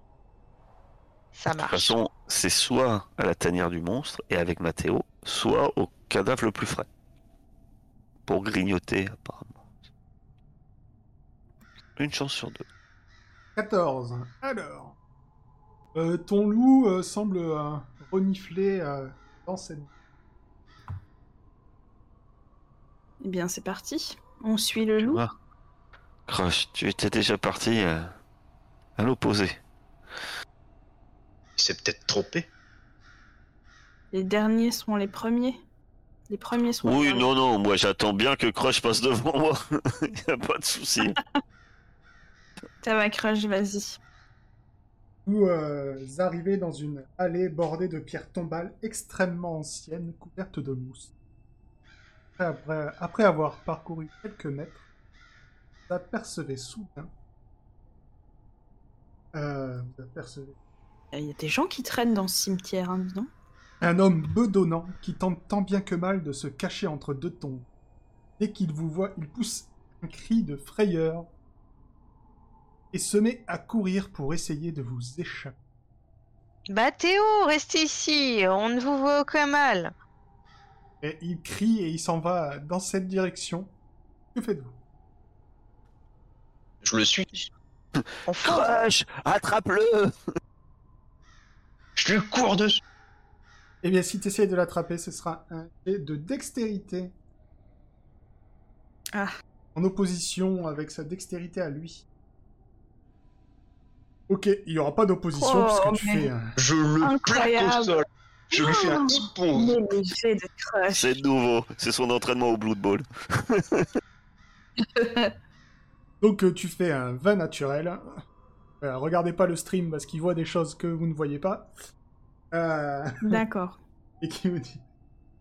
[SPEAKER 5] Ça
[SPEAKER 4] De toute
[SPEAKER 5] marche.
[SPEAKER 4] façon, c'est soit à la tanière du monstre et avec Mathéo, soit au cadavre le plus frais. Pour grignoter, apparemment. Une chance sur deux.
[SPEAKER 2] 14. Alors, euh, ton loup euh, semble euh, renifler euh, dans cette.
[SPEAKER 1] Eh bien, c'est parti. On suit le
[SPEAKER 4] Tu
[SPEAKER 1] loup.
[SPEAKER 4] vois Ah. Crush, tu étais déjà parti euh, à l'opposé.
[SPEAKER 3] Il s'est peut-être trompé.
[SPEAKER 1] Les derniers sont les premiers. Les premiers sont les
[SPEAKER 5] hein
[SPEAKER 4] Oui,
[SPEAKER 1] derniers.
[SPEAKER 4] non, non, moi j'attends bien que Crush passe devant moi. y a pas de souci.
[SPEAKER 1] T'as ma crush, vas-y.
[SPEAKER 2] Vous euh, arrivez dans une allée bordée de pierres tombales extrêmement anciennes, couvertes de mousse. Après, après- après avoir parcouru quelques mètres, vous apercevez soudain. euh, vous apercevez
[SPEAKER 1] Il y a des gens qui traînent dans ce cimetière, hein, dis donc.
[SPEAKER 2] Un homme bedonnant qui tente tant bien que mal de se cacher entre deux tombes. Dès qu'il vous voit, il pousse un cri de frayeur et se met à courir pour essayer de vous échapper.
[SPEAKER 5] Bah Théo, restez ici, on ne vous voit aucun mal.
[SPEAKER 2] Et il crie et il s'en va dans cette direction. Que faites-vous
[SPEAKER 3] Je le suis.
[SPEAKER 5] On fout.
[SPEAKER 4] Crush, attrape-le
[SPEAKER 3] Je lui cours dessus.
[SPEAKER 2] Eh bien, si tu essayes de l'attraper, ce sera un jet de dextérité.
[SPEAKER 1] Ah.
[SPEAKER 2] En opposition avec sa dextérité à lui. Ok, il n'y aura pas d'opposition
[SPEAKER 1] Oh,
[SPEAKER 2] puisque tu
[SPEAKER 1] mais-
[SPEAKER 2] fais un...
[SPEAKER 3] Je le plaque au
[SPEAKER 1] Incroyable.
[SPEAKER 3] sol. Je lui fais un petit
[SPEAKER 4] Oh.
[SPEAKER 3] pont.
[SPEAKER 1] Mais le jet de crush.
[SPEAKER 4] C'est nouveau, c'est son entraînement au Blood Bowl.
[SPEAKER 2] Donc euh, tu fais un vin naturel. Euh, regardez pas le stream parce qu'il voit des choses que vous ne voyez pas. Euh,
[SPEAKER 1] D'accord.
[SPEAKER 2] et qui vous dit...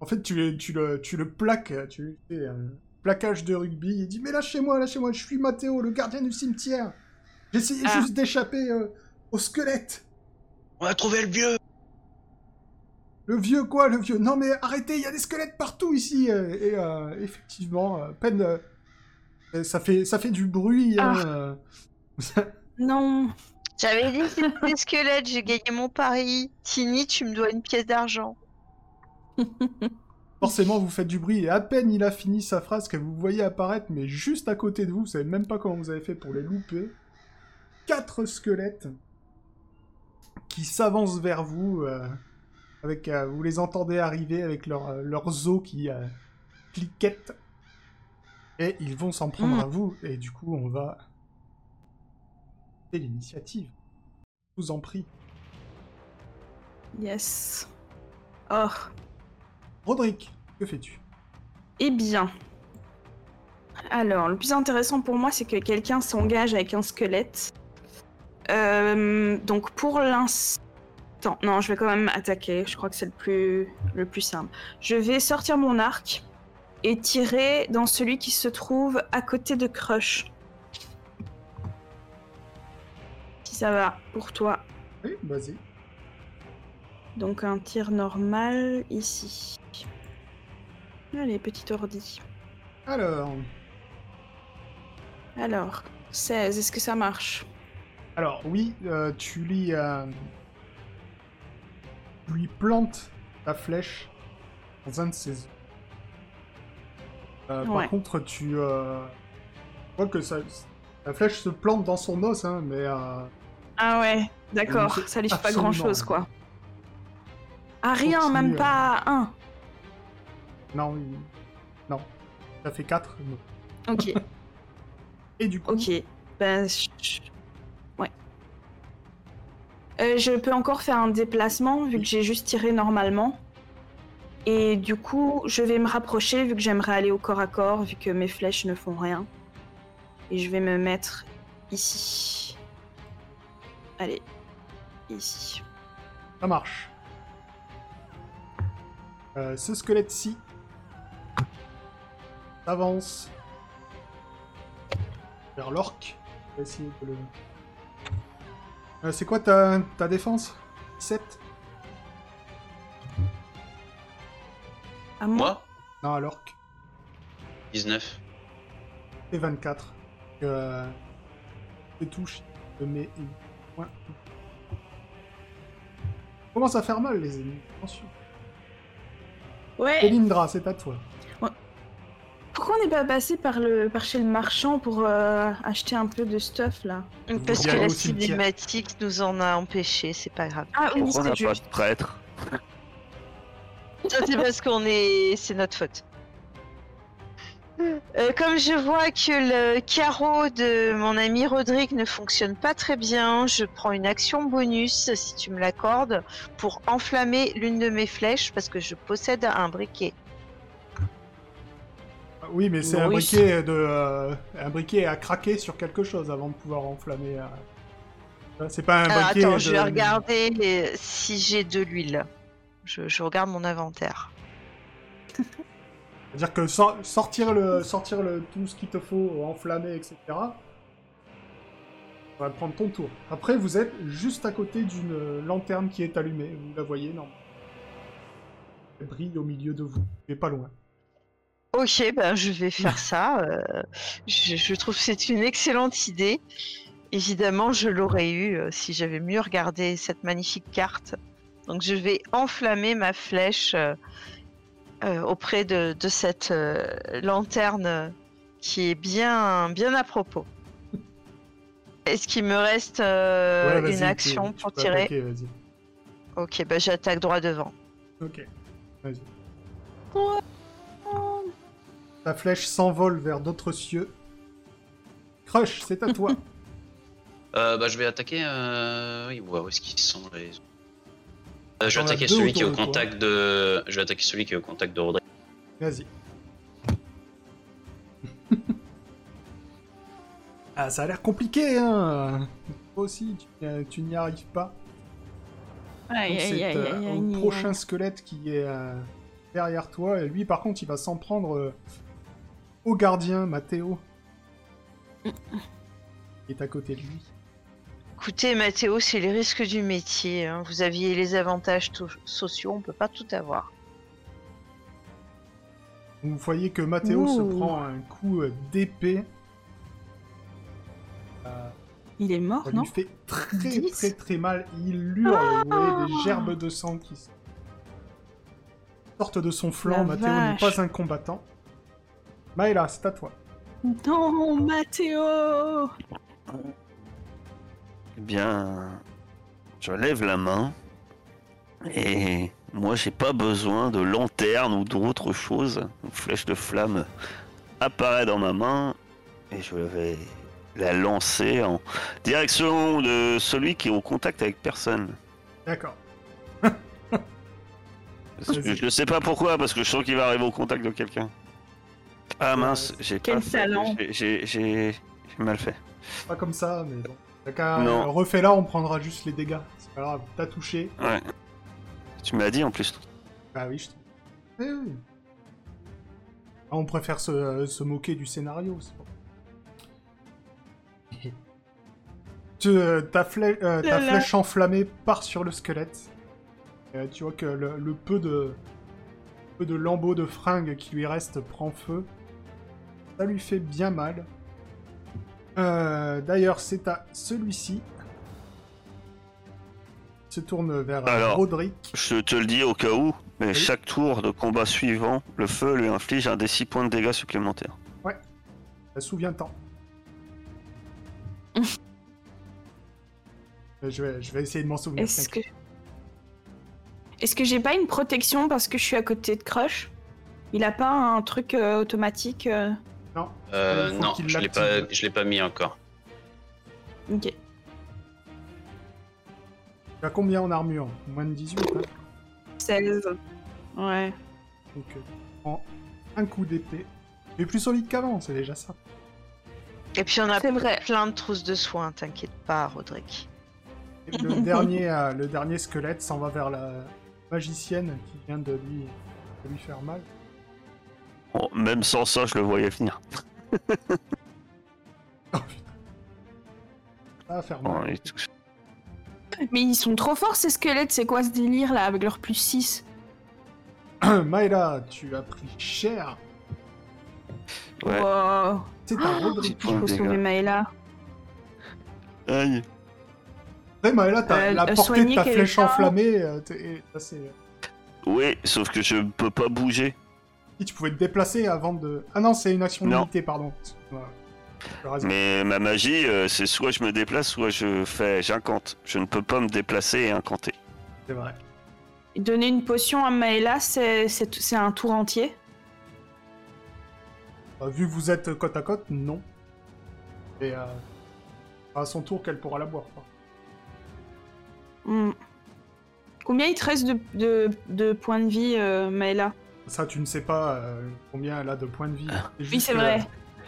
[SPEAKER 2] En fait, tu, tu, le, tu le plaques, tu lui fais un plaquage de rugby. Il dit Mais lâchez-moi, lâchez-moi, je suis Mathéo, le gardien du cimetière. J'essayais
[SPEAKER 1] Ah.
[SPEAKER 2] juste d'échapper euh, au squelette.
[SPEAKER 3] On a trouvé le vieux.
[SPEAKER 2] Le vieux quoi, le vieux Non mais arrêtez, il y a des squelettes partout ici euh, Et euh, effectivement, euh, peine... euh, ça, fait, ça fait du bruit. hein, euh.
[SPEAKER 1] Non.
[SPEAKER 5] J'avais dit que c'était des squelettes, j'ai gagné mon pari. Tini, tu me dois une pièce d'argent.
[SPEAKER 2] Forcément, vous faites du bruit, et à peine il a fini sa phrase que vous voyez apparaître, mais juste à côté de vous, vous savez même pas comment vous avez fait pour les louper, quatre squelettes qui s'avancent vers vous, euh, avec, euh, vous les entendez arriver avec leur- euh, leurs os qui euh, cliquettent, et ils vont s'en prendre
[SPEAKER 1] Mm.
[SPEAKER 2] à vous, et du coup on va... C'est l'initiative, je vous en prie.
[SPEAKER 1] Yes. Oh.
[SPEAKER 2] Roderick, que fais-tu
[SPEAKER 1] Eh bien. Alors, le plus intéressant pour moi, c'est que quelqu'un s'engage avec un squelette. Euh, donc, pour l'instant. Non, je vais quand même attaquer. Je crois que c'est le plus, le plus simple. Je vais sortir mon arc et tirer dans celui qui se trouve à côté de Crush. Si ça va pour toi.
[SPEAKER 2] Oui, vas-y.
[SPEAKER 1] Donc un tir normal ici. Allez, petit ordi.
[SPEAKER 2] Alors...
[SPEAKER 1] Alors, 16, est-ce que ça marche
[SPEAKER 2] Alors oui, euh, tu lui, euh, tu lui plantes ta flèche dans un de ses yeux. Euh,
[SPEAKER 1] Ouais.
[SPEAKER 2] Par contre, tu euh, vois que ça, la flèche se plante dans son os, hein, mais euh,
[SPEAKER 1] Ah ouais,
[SPEAKER 2] Euh,
[SPEAKER 1] d'accord,
[SPEAKER 2] c'est
[SPEAKER 1] ça lui fait pas
[SPEAKER 2] absolument
[SPEAKER 1] grand-chose
[SPEAKER 2] rien.
[SPEAKER 1] quoi. Ah rien,
[SPEAKER 2] Continue,
[SPEAKER 1] même
[SPEAKER 2] euh.
[SPEAKER 1] pas un.
[SPEAKER 2] non, il- non, ça fait 4.
[SPEAKER 1] Ok,
[SPEAKER 2] Et du coup,
[SPEAKER 1] ok. Ben, je- je- ouais. Euh, je peux encore faire un déplacement vu que j'ai juste tiré normalement. Et du coup, je vais me rapprocher vu que j'aimerais aller au corps à corps, vu que mes flèches ne font rien. Et je vais me mettre ici. Allez, ici.
[SPEAKER 2] ça marche. Euh, ce squelette-ci avance vers l'orque. On va essayer de le- Euh, C'est quoi ta, ta défense 7
[SPEAKER 1] À moi
[SPEAKER 3] Moi
[SPEAKER 2] Non, à l'orque.
[SPEAKER 3] 19.
[SPEAKER 2] et 24. Euh, les touches de mes points. Commence à faire mal, les ennemis. Attention.
[SPEAKER 1] Ouais.
[SPEAKER 2] Elindra, c'est à toi.
[SPEAKER 1] Pourquoi on n'est pas passé par, le, par chez le marchand pour euh, acheter un peu de stuff là
[SPEAKER 5] Parce
[SPEAKER 2] Vous
[SPEAKER 5] que
[SPEAKER 2] allez
[SPEAKER 5] la
[SPEAKER 2] au cimetière.
[SPEAKER 5] cinématique nous en a empêchés, c'est pas grave.
[SPEAKER 1] Ah oui,
[SPEAKER 4] Pourquoi on n'a
[SPEAKER 1] c'est
[SPEAKER 4] pas
[SPEAKER 1] juste.
[SPEAKER 4] de prêtre
[SPEAKER 5] Ça, C'est parce qu'on est. C'est notre faute. Euh, comme je vois que le carreau de mon ami Rodrigue ne fonctionne pas très bien, je prends une action bonus, si tu me l'accordes, pour enflammer l'une de mes flèches parce que je possède un briquet.
[SPEAKER 2] Ah Oui, mais c'est un
[SPEAKER 1] Maurice.
[SPEAKER 2] briquet de euh, un briquet à craquer sur quelque chose avant de pouvoir enflammer. euh. C'est pas un
[SPEAKER 5] Alors,
[SPEAKER 2] briquet.
[SPEAKER 5] attends, je
[SPEAKER 2] de-
[SPEAKER 5] vais regarder les- si j'ai de l'huile. Je, je regarde mon inventaire.
[SPEAKER 2] C'est-à-dire que sor- sortir le sortir le tout ce qu'il te faut, enflammer, etc. On va prendre ton tour. Après, vous êtes juste à côté d'une euh, lanterne qui est allumée. Vous la voyez, non Elle brille au milieu de vous. Elle est pas loin.
[SPEAKER 5] Ok, ben je vais faire ça. euh, je, je trouve que c'est une excellente idée. Évidemment, je l'aurais eu euh, si j'avais mieux regardé cette magnifique carte. Donc je vais enflammer ma flèche euh, euh, auprès de, de cette euh, lanterne qui est bien, bien à propos. Est-ce qu'il me reste euh,
[SPEAKER 2] Ouais, vas-y,
[SPEAKER 5] une
[SPEAKER 2] tu-
[SPEAKER 5] action
[SPEAKER 2] tu
[SPEAKER 5] pour
[SPEAKER 2] peux
[SPEAKER 5] tirer
[SPEAKER 2] attaquer, vas-y.
[SPEAKER 5] Ok, ben j'attaque droit devant.
[SPEAKER 2] Ok. Vas-y. Ta flèche s'envole vers d'autres cieux. Crush, c'est à toi.
[SPEAKER 3] Euh, bah, je vais attaquer. Euh... Oui, ouais, où est-ce qu'ils sont les. Euh, je
[SPEAKER 2] T'en
[SPEAKER 3] vais
[SPEAKER 2] as
[SPEAKER 3] attaquer
[SPEAKER 2] deux
[SPEAKER 3] celui qui est au
[SPEAKER 2] autour de toi.
[SPEAKER 3] contact de. Je vais attaquer celui qui est au contact de Rodrigue.
[SPEAKER 2] Vas-y. ah, ça a l'air compliqué, hein Toi aussi, tu, euh, tu n'y arrives pas. Donc,
[SPEAKER 1] Aïe, aïe,
[SPEAKER 2] c'est
[SPEAKER 1] aïe,
[SPEAKER 2] euh,
[SPEAKER 1] aïe, aïe,
[SPEAKER 2] au
[SPEAKER 1] aïe.
[SPEAKER 2] prochain squelette qui est euh, derrière toi. Et lui, par contre, il va s'en prendre euh, au gardien, Mathéo.
[SPEAKER 1] Mm.
[SPEAKER 2] Qui est à côté de lui.
[SPEAKER 5] Écoutez, Mathéo, c'est les risques du métier. hein. Vous aviez les avantages to- sociaux, on peut pas tout avoir.
[SPEAKER 2] Donc, Vous voyez que Mathéo se
[SPEAKER 1] Ouh.
[SPEAKER 2] prend un coup euh, d'épée.
[SPEAKER 1] Il est mort,
[SPEAKER 2] Ça
[SPEAKER 1] non
[SPEAKER 2] lui fait très
[SPEAKER 1] Dix Ah.
[SPEAKER 2] très très mal. Il hurle, vous voyez des gerbes de sang qui s- sortent de son flanc.
[SPEAKER 1] La
[SPEAKER 2] Mathéo n'est
[SPEAKER 1] vache.
[SPEAKER 2] pas un combattant. Maëla, c'est à toi.
[SPEAKER 1] Non, Mathéo
[SPEAKER 4] Eh bien, je lève la main. Et moi, j'ai pas besoin de lanterne ou d'autre chose. Une flèche de flamme apparaît dans ma main et je vais la lancer en direction de celui qui est au contact avec personne.
[SPEAKER 2] D'accord.
[SPEAKER 4] Parce que je sais pas pourquoi, parce que je sens qu'il va arriver au contact de quelqu'un. Ah mince, j'ai
[SPEAKER 1] Quel
[SPEAKER 4] pas fait-
[SPEAKER 1] talent.
[SPEAKER 4] j'ai- J'ai j'ai- j'ai mal fait.
[SPEAKER 2] Pas comme ça, mais bon. T'as qu'à-
[SPEAKER 4] Non.
[SPEAKER 2] refais là, on prendra juste les dégâts. C'est pas grave. T'as touché.
[SPEAKER 4] Tu me l'as dit en plus.
[SPEAKER 2] Bah oui, je te. Eh oui. Ah, On préfère se, euh, se moquer du scénario. c'est bon. Tu, euh, ta flè- euh,
[SPEAKER 1] Là,
[SPEAKER 2] ta
[SPEAKER 1] là.
[SPEAKER 2] flèche enflammée part sur le squelette. Euh, tu vois que le, le peu de peu de lambeaux de fringues qui lui reste prend feu. Ça lui fait bien mal. Euh, D'ailleurs, c'est à celui-ci. Il se tourne vers euh,
[SPEAKER 4] Alors.
[SPEAKER 2] Roderick.
[SPEAKER 4] Je te le dis au cas où, mais chaque tour de combat suivant, le feu lui inflige un des 6 points de dégâts supplémentaires.
[SPEAKER 2] Euh, Souviens-t'en. Euh, je, vais, je vais essayer de m'en souvenir.
[SPEAKER 1] Est-ce que.
[SPEAKER 2] t'inquiète.
[SPEAKER 1] Est-ce que j'ai pas une protection parce que je suis à côté de Crush Il a pas un truc euh, automatique euh,
[SPEAKER 2] Non.
[SPEAKER 3] Euh,
[SPEAKER 2] Il faut
[SPEAKER 3] non,
[SPEAKER 2] qu'il
[SPEAKER 3] je l'ai
[SPEAKER 2] l'active.
[SPEAKER 3] pas, je l'ai pas mis encore.
[SPEAKER 1] Ok.
[SPEAKER 2] Tu as combien en armure Moins de 18. hein
[SPEAKER 1] 16. Ouais.
[SPEAKER 2] Donc, euh, prends un coup d'épée. Tu es plus solide qu'avant, c'est déjà ça.
[SPEAKER 5] Et puis on a
[SPEAKER 1] C'est vrai.
[SPEAKER 5] plein de trousses de soins, t'inquiète pas, Roderick.
[SPEAKER 2] Et Le dernier, euh, le dernier squelette s'en va vers la magicienne qui vient de lui, de lui faire mal.
[SPEAKER 4] Bon, même sans ça, je le voyais venir.
[SPEAKER 2] Oh putain. Ça va Ah, faire
[SPEAKER 4] Bon,
[SPEAKER 2] mal.
[SPEAKER 4] il touche.
[SPEAKER 1] Mais ils sont trop forts ces squelettes, c'est quoi ce délire là avec leur plus 6
[SPEAKER 2] Maïla, tu as pris cher.
[SPEAKER 4] Ouais.
[SPEAKER 1] Wow.
[SPEAKER 2] C'est un
[SPEAKER 4] Petit
[SPEAKER 2] Rodrigo.
[SPEAKER 4] point
[SPEAKER 1] Faut
[SPEAKER 4] de
[SPEAKER 1] sauver
[SPEAKER 4] dégâts.
[SPEAKER 1] Maëla.
[SPEAKER 4] Aïe.
[SPEAKER 2] Ouais, Maëla, t'as
[SPEAKER 1] Euh,
[SPEAKER 2] la
[SPEAKER 1] euh,
[SPEAKER 2] portée de
[SPEAKER 1] soigner
[SPEAKER 2] ta
[SPEAKER 1] quelqu'un.
[SPEAKER 2] flèche enflammée. euh, t'es- et là, c'est-
[SPEAKER 4] Oui, sauf que je peux pas bouger.
[SPEAKER 2] Si tu pouvais te déplacer avant de. Ah non, c'est une action
[SPEAKER 4] Non.
[SPEAKER 2] limitée, pardon. Ouais. T'as raison.
[SPEAKER 4] Mais ma magie, euh, c'est soit je me déplace, soit je fais, j'incante. Je ne peux pas me déplacer et incanter.
[SPEAKER 2] C'est vrai.
[SPEAKER 1] Et Donner une potion à Maëla, c'est c'est- c'est un tour entier.
[SPEAKER 2] Euh, vu que vous êtes côte à côte, non. Et euh, à son tour, qu'elle pourra la boire. quoi.
[SPEAKER 1] Hmm. Combien il te reste de, de- de points de vie, euh, Maëla
[SPEAKER 2] Ça, tu ne sais pas euh, combien elle a de points de vie.
[SPEAKER 4] Ah.
[SPEAKER 1] Oui,
[SPEAKER 2] juste
[SPEAKER 1] c'est
[SPEAKER 2] que- euh,
[SPEAKER 1] vrai.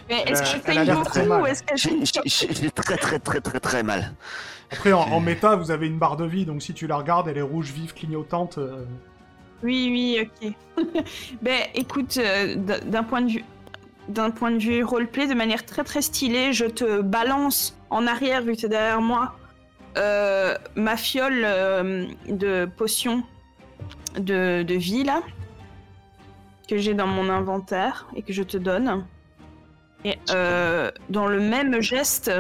[SPEAKER 1] Mais
[SPEAKER 2] elle
[SPEAKER 1] est-ce
[SPEAKER 2] a-
[SPEAKER 1] qu'elle
[SPEAKER 2] elle a
[SPEAKER 1] paye
[SPEAKER 2] l'air très mal.
[SPEAKER 1] beaucoup ou est-ce qu'elle
[SPEAKER 4] J'ai j'ai- j'ai très très très très très mal.
[SPEAKER 2] Après, en, en méta, vous avez une barre de vie, donc si tu la regardes, elle est rouge vive, clignotante. euh,
[SPEAKER 1] Oui, oui, ok. ben, écoute, euh, d- d'un point de vue d'un point de vue roleplay, de manière très très stylée, je te balance en arrière, vu que t'es derrière moi, euh, ma fiole euh, de potion de, de vie, là, que j'ai dans mon inventaire et que je te donne. Et euh, dans le même geste,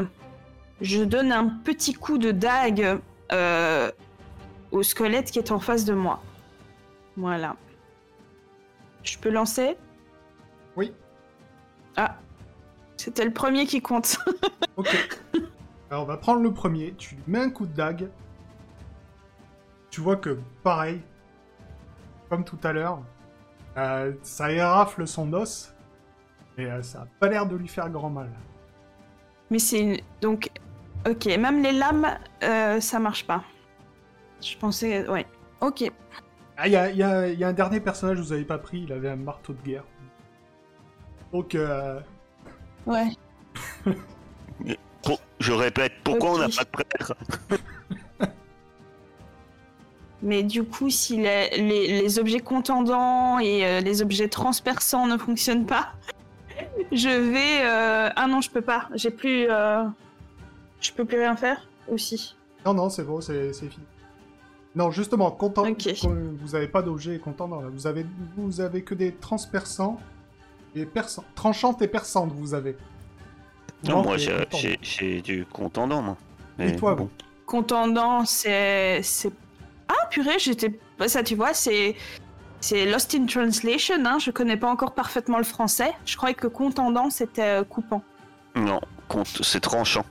[SPEAKER 1] je donne un petit coup de dague euh, au squelette qui est en face de moi. Voilà. Je peux lancer
[SPEAKER 2] Oui.
[SPEAKER 1] Ah. C'était le premier qui compte.
[SPEAKER 2] Ok. Alors, on va prendre le premier. Tu lui mets un coup de dague. Tu vois que, pareil, comme tout à l'heure, euh, ça érafle son os. Et euh, ça a pas l'air de lui faire grand mal.
[SPEAKER 1] Mais c'est une... Donc, ok, même les lames, euh, ça marche pas. Je pensais... Ouais. Ok.
[SPEAKER 2] Ah, il y a, y a- y a un dernier personnage que vous avez pas pris. Il avait un marteau de guerre. Donc, euh,
[SPEAKER 1] Ouais.
[SPEAKER 4] Pour- je répète, pourquoi on n'a
[SPEAKER 1] Ok.
[SPEAKER 4] pas de prêtre
[SPEAKER 1] Mais du coup, si les, les- les objets contendants et euh, les objets transperçants ne fonctionnent pas, je vais... euh, Ah non, je peux pas. J'ai plus... euh, Je peux plus rien faire Aussi.
[SPEAKER 2] Non, non, c'est bon, c'est c'est fini. Non, justement, content,
[SPEAKER 1] Ok.
[SPEAKER 2] con- vous avez pas d'objet content, non, là. Vous avez, vous avez que des transperçants et perçants. Tranchantes et perçantes, vous avez.
[SPEAKER 4] Non, moi
[SPEAKER 2] et
[SPEAKER 4] j'ai-
[SPEAKER 2] contendantes.
[SPEAKER 4] j'ai j'ai du contendant, moi.
[SPEAKER 2] Et toi,
[SPEAKER 4] bon.
[SPEAKER 1] contendant, c'est. c'est- Ah, purée, j'étais. bah, Ça, tu vois, c'est. C'est Lost in Translation, hein. je connais pas encore parfaitement le français. Je croyais que contendant, c'était euh, coupant.
[SPEAKER 4] Non, cont- c'est tranchant.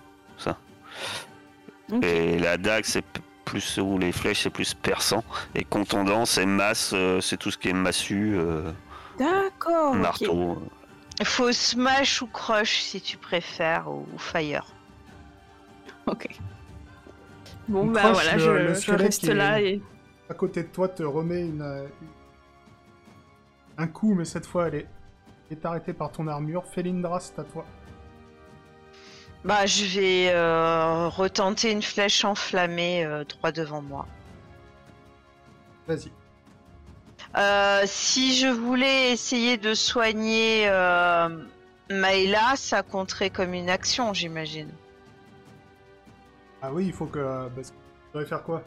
[SPEAKER 1] Ok.
[SPEAKER 4] Et la dague, c'est p- plus. ou les flèches, c'est plus perçant. Et contendant, c'est masse, euh, c'est tout ce qui est massue, euh,
[SPEAKER 1] D'accord. ok.
[SPEAKER 4] marteau. euh.
[SPEAKER 5] Faut smash ou crush si tu préfères, ou, ou fire.
[SPEAKER 1] Ok. Bon,
[SPEAKER 2] On
[SPEAKER 1] bah
[SPEAKER 2] croche
[SPEAKER 1] voilà,
[SPEAKER 2] le-
[SPEAKER 1] je,
[SPEAKER 2] le
[SPEAKER 1] je
[SPEAKER 2] squelette
[SPEAKER 1] reste
[SPEAKER 2] qui est-
[SPEAKER 1] là et.
[SPEAKER 2] À côté de toi, te remet une, euh, une- un coup, mais cette fois, elle est, elle est arrêtée par ton armure. Felindra, c'est à toi.
[SPEAKER 5] Bah, je vais euh, retenter une flèche enflammée euh, droit devant moi.
[SPEAKER 2] Vas-y.
[SPEAKER 5] Euh, si je voulais essayer de soigner euh, Maëla, ça compterait comme une action, j'imagine.
[SPEAKER 2] Ah oui, il faut que. euh, parce que tu devrais faire quoi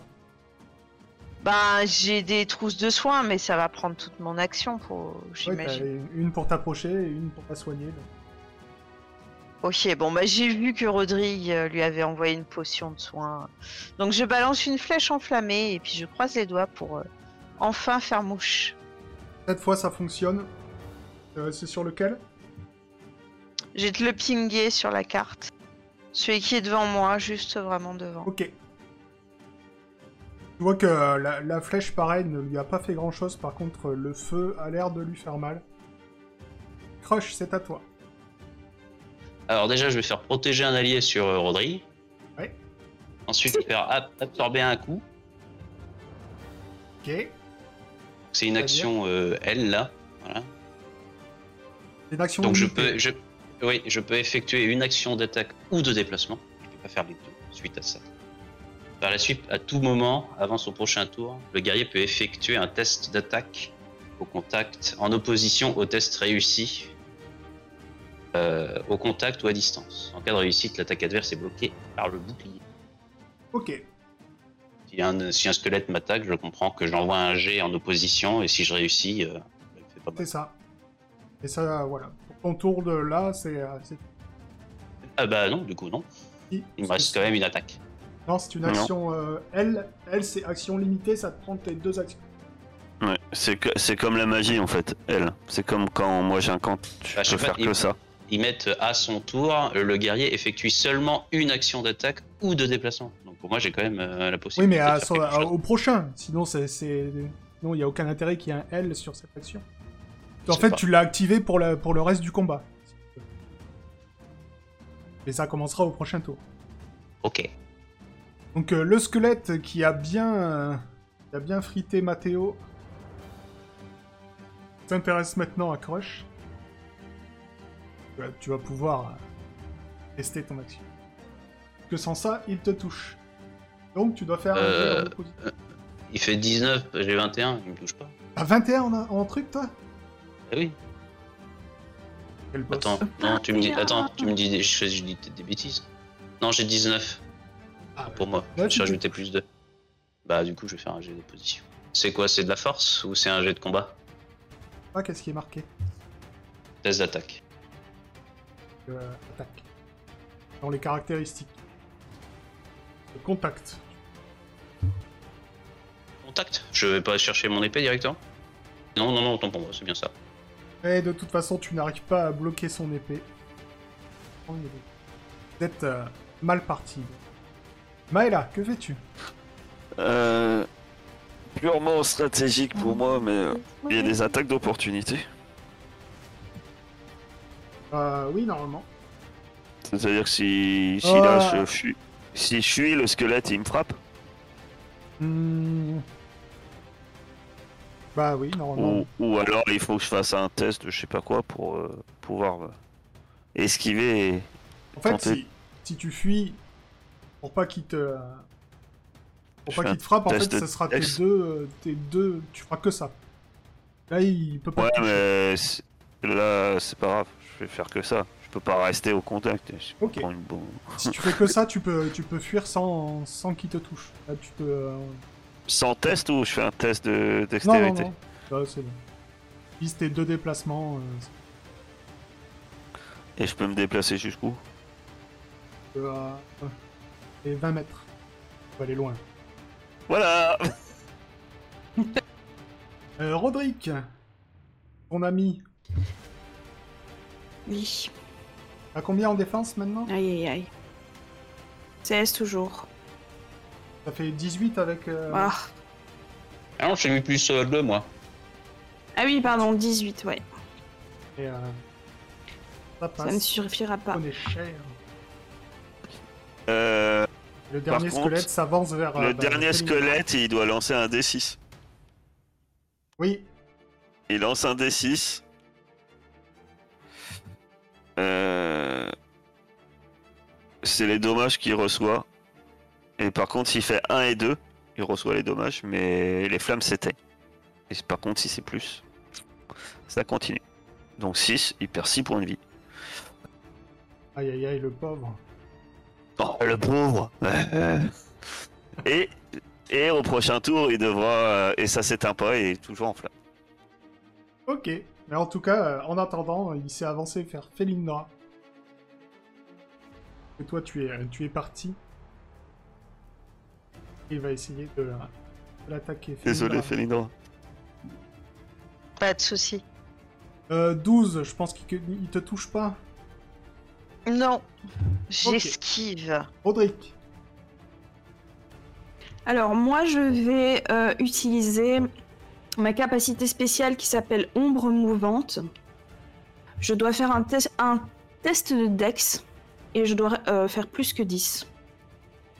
[SPEAKER 5] Bah, j'ai des trousses de soins, mais ça va prendre toute mon action, pour...
[SPEAKER 2] Ouais, t'as
[SPEAKER 5] j'imagine.
[SPEAKER 2] une une pour t'approcher et une pour la soigner. donc.
[SPEAKER 5] ok, bon, bah, j'ai vu que Rodrigue euh, lui avait envoyé une potion de soin. Donc, je balance une flèche enflammée et puis je croise les doigts pour euh, enfin faire mouche.
[SPEAKER 2] Cette fois, ça fonctionne. Euh, c'est sur lequel
[SPEAKER 5] Je vais te le pinguer sur la carte. Celui qui est devant moi, juste vraiment devant.
[SPEAKER 2] Ok. Tu vois que euh, la, la flèche, pareil, ne lui a pas fait grand chose. Par contre, euh, le feu a l'air de lui faire mal. Crush, c'est à toi.
[SPEAKER 3] Alors déjà, je vais faire protéger un allié sur euh, Rodri.
[SPEAKER 2] Ouais.
[SPEAKER 3] Ensuite, je vais faire ab- absorber un coup.
[SPEAKER 2] Ok.
[SPEAKER 3] C'est une
[SPEAKER 2] C'est-à-dire
[SPEAKER 3] action euh, L là. Voilà.
[SPEAKER 2] C'est Une action
[SPEAKER 3] Donc je
[SPEAKER 2] limitée.
[SPEAKER 3] peux, je, oui, je peux effectuer une action d'attaque ou de déplacement. Je peux pas faire les deux suite à ça. Par la suite, à tout moment, avant son prochain tour, le guerrier peut effectuer un test d'attaque au contact en opposition au test réussi euh, au contact ou à distance. En cas de réussite, l'attaque adverse est bloquée par le bouclier.
[SPEAKER 2] Ok.
[SPEAKER 3] Si un, si un squelette m'attaque, je comprends que j'envoie un jet en opposition et si je réussis, euh, ça me bah, fait pas mal.
[SPEAKER 2] C'est ça. Et ça, voilà. Pour Ton tour de là, c'est. euh, c'est-
[SPEAKER 3] Ah bah non, du coup, non. Il me reste quand même une attaque.
[SPEAKER 2] Non, c'est une
[SPEAKER 4] Non.
[SPEAKER 2] action. euh, elle, elle c'est action limitée, ça te prend tes deux actions.
[SPEAKER 4] Ouais, c'est que- c'est comme la magie en fait, elle. C'est comme quand moi j'incante, je
[SPEAKER 3] Bah, je sais
[SPEAKER 4] peux
[SPEAKER 3] pas,
[SPEAKER 4] faire
[SPEAKER 3] il-
[SPEAKER 4] que ça.
[SPEAKER 3] Ils mettent euh, à son tour, le guerrier effectue seulement une action d'attaque ou de déplacement. Donc pour moi, j'ai quand même euh, la
[SPEAKER 2] Oui, mais
[SPEAKER 3] possibilité.
[SPEAKER 2] à
[SPEAKER 3] de faire
[SPEAKER 2] son-
[SPEAKER 3] quelque
[SPEAKER 2] à-
[SPEAKER 3] chose.
[SPEAKER 2] au prochain. Sinon, c'est, c'est- sinon il n'y a aucun intérêt qu'il y ait un L sur cette action. En fait,
[SPEAKER 3] pas.
[SPEAKER 2] tu l'as activé pour, la- pour le reste du combat. Et ça commencera au prochain tour.
[SPEAKER 3] Ok.
[SPEAKER 2] Donc euh, le squelette qui a bien, euh, qui a bien frité Matteo s'intéresse maintenant à Crush. Tu vas- Tu vas pouvoir euh, tester ton action. Que sans ça, il te touche. Donc tu dois faire un
[SPEAKER 3] Euh,
[SPEAKER 2] jet de positif.
[SPEAKER 3] Il fait 19, j'ai 21, il me touche pas.
[SPEAKER 2] T'as 21 en, en truc, toi
[SPEAKER 3] Ah oui.
[SPEAKER 2] Quel boss.
[SPEAKER 3] Attends, non, tu me dis, attends, tu me dis, des- je, je dis peut-être des bêtises. Non, j'ai 19
[SPEAKER 2] Ah,
[SPEAKER 3] pour moi.
[SPEAKER 2] Là, tu
[SPEAKER 3] J'ai
[SPEAKER 2] peux-
[SPEAKER 3] ajouté plus 2. Bah, du coup, je vais faire un jet de position. C'est quoi C'est de la force ou c'est un jet de combat
[SPEAKER 2] ah, qu'est-ce qui est marqué
[SPEAKER 3] Test d'attaque.
[SPEAKER 2] Euh, Attaque. Dans les caractéristiques. Le contact.
[SPEAKER 3] Contact Je vais pas chercher mon épée directement Non, non, non, autant pour moi, c'est bien ça.
[SPEAKER 2] Et de toute façon, tu n'arrives pas à bloquer son épée. Oh, Vous êtes euh, mal parti. Maëla, que fais-tu
[SPEAKER 4] Euh, purement stratégique pour moi, mais euh, il y a des attaques d'opportunité.
[SPEAKER 2] euh, Oui, normalement.
[SPEAKER 4] C'est-à-dire que si, si
[SPEAKER 2] Oh.
[SPEAKER 4] là je fuis, si je suis le squelette, il me frappe.
[SPEAKER 2] Hmm. Bah oui, normalement.
[SPEAKER 4] Ou, ou alors il faut que je fasse un test, de je sais pas quoi, pour euh, pouvoir euh, esquiver. et-
[SPEAKER 2] En fait,
[SPEAKER 4] tenter.
[SPEAKER 2] si, si tu fuis, pour pas qu'il te... Pour
[SPEAKER 4] Je
[SPEAKER 2] pas
[SPEAKER 4] fais
[SPEAKER 2] qu'il te frappe, en
[SPEAKER 4] test
[SPEAKER 2] fait,
[SPEAKER 4] de
[SPEAKER 2] ce sera tes
[SPEAKER 4] dex.
[SPEAKER 2] deux, euh, tes deux... Tu feras que ça. Là, il peut pas...
[SPEAKER 4] Ouais,
[SPEAKER 2] te toucher.
[SPEAKER 4] mais c'est- là c'est pas grave, je vais faire que ça. Je peux pas rester au contact. Je
[SPEAKER 2] Ok.
[SPEAKER 4] prends une bombe.
[SPEAKER 2] Si tu fais que ça, tu peux, tu peux fuir sans, sans qu'il te touche. Là, tu peux... euh,
[SPEAKER 4] Sans test ou je fais un test de
[SPEAKER 2] Non, non,
[SPEAKER 4] dextérité
[SPEAKER 2] non. Bah, c'est bon. Puis c'était deux déplacements. euh,
[SPEAKER 4] Et je peux me déplacer jusqu'où
[SPEAKER 2] c'est- euh, euh, et 20 mètres. On va aller loin.
[SPEAKER 4] Voilà
[SPEAKER 2] Euh, Roderick, ton ami,
[SPEAKER 1] Oui.
[SPEAKER 2] à combien en défense maintenant
[SPEAKER 1] Aïe aïe aïe. 16 toujours.
[SPEAKER 2] Ça fait 18 avec. euh,
[SPEAKER 1] Ah.
[SPEAKER 3] Ah non, j'ai mis plus 2, moi.
[SPEAKER 1] Ah oui, pardon, 18, ouais.
[SPEAKER 2] et, euh, ça
[SPEAKER 1] Ça ne
[SPEAKER 2] passe.
[SPEAKER 1] suffira pas.
[SPEAKER 2] On est cher.
[SPEAKER 4] Euh,
[SPEAKER 2] Le dernier
[SPEAKER 4] contre,
[SPEAKER 2] squelette s'avance vers. euh,
[SPEAKER 4] Le
[SPEAKER 2] vers
[SPEAKER 4] dernier
[SPEAKER 2] Felina.
[SPEAKER 4] squelette, il doit lancer un D6.
[SPEAKER 2] Oui,
[SPEAKER 4] Il lance un D6. Euh, C'est les dommages qu'il reçoit. Et par contre, s'il fait 1 et 2, il reçoit les dommages, mais les flammes s'éteignent. Et c'est- par contre, si c'est plus, ça continue. Donc 6, il perd 6 points de vie.
[SPEAKER 2] aïe aïe aïe, le pauvre.
[SPEAKER 4] Oh, le pauvre et, et au prochain tour, il devra... euh, Et ça s'éteint pas, et toujours en flamme.
[SPEAKER 2] Ok. Mais en tout cas, euh, en attendant, il s'est avancé vers Felindra. Et toi, tu es, tu es parti. Il va essayer de, de l'attaquer.
[SPEAKER 4] Désolé,
[SPEAKER 2] Felindra.
[SPEAKER 4] Félindra.
[SPEAKER 5] Pas de souci.
[SPEAKER 2] Euh, 12, je pense qu'il que- il te touche pas.
[SPEAKER 5] Non, j'esquive.
[SPEAKER 2] Roderick.
[SPEAKER 1] Alors moi je vais euh, utiliser ma capacité spéciale qui s'appelle ombre mouvante. Je dois faire un, test un test de dex et je dois euh, faire plus que 10.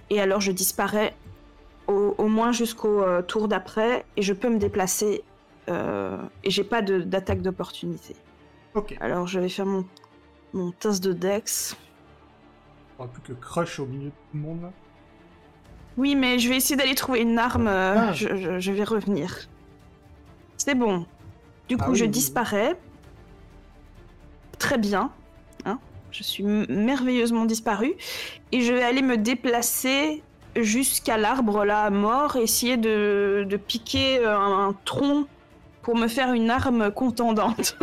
[SPEAKER 1] Et alors je disparais au, au moins jusqu'au euh, tour d'après et je peux me déplacer euh, et j'ai pas de- d'attaque d'opportunité.
[SPEAKER 2] Ok.
[SPEAKER 1] Alors je vais faire mon, mon test de dex.
[SPEAKER 2] On aura plus que Crush au milieu de tout le monde. là.
[SPEAKER 1] Oui, mais je vais essayer d'aller trouver une arme. euh,
[SPEAKER 2] Ah.
[SPEAKER 1] Je, je- je vais revenir. C'est bon. Du
[SPEAKER 2] Ah
[SPEAKER 1] coup,
[SPEAKER 2] oui,
[SPEAKER 1] je
[SPEAKER 2] oui, oui.
[SPEAKER 1] disparais. Très bien. hein. je suis m- merveilleusement disparue. Et je vais aller me déplacer jusqu'à l'arbre là, à mort, et essayer de, de piquer euh, un, un tronc pour me faire une arme contendante.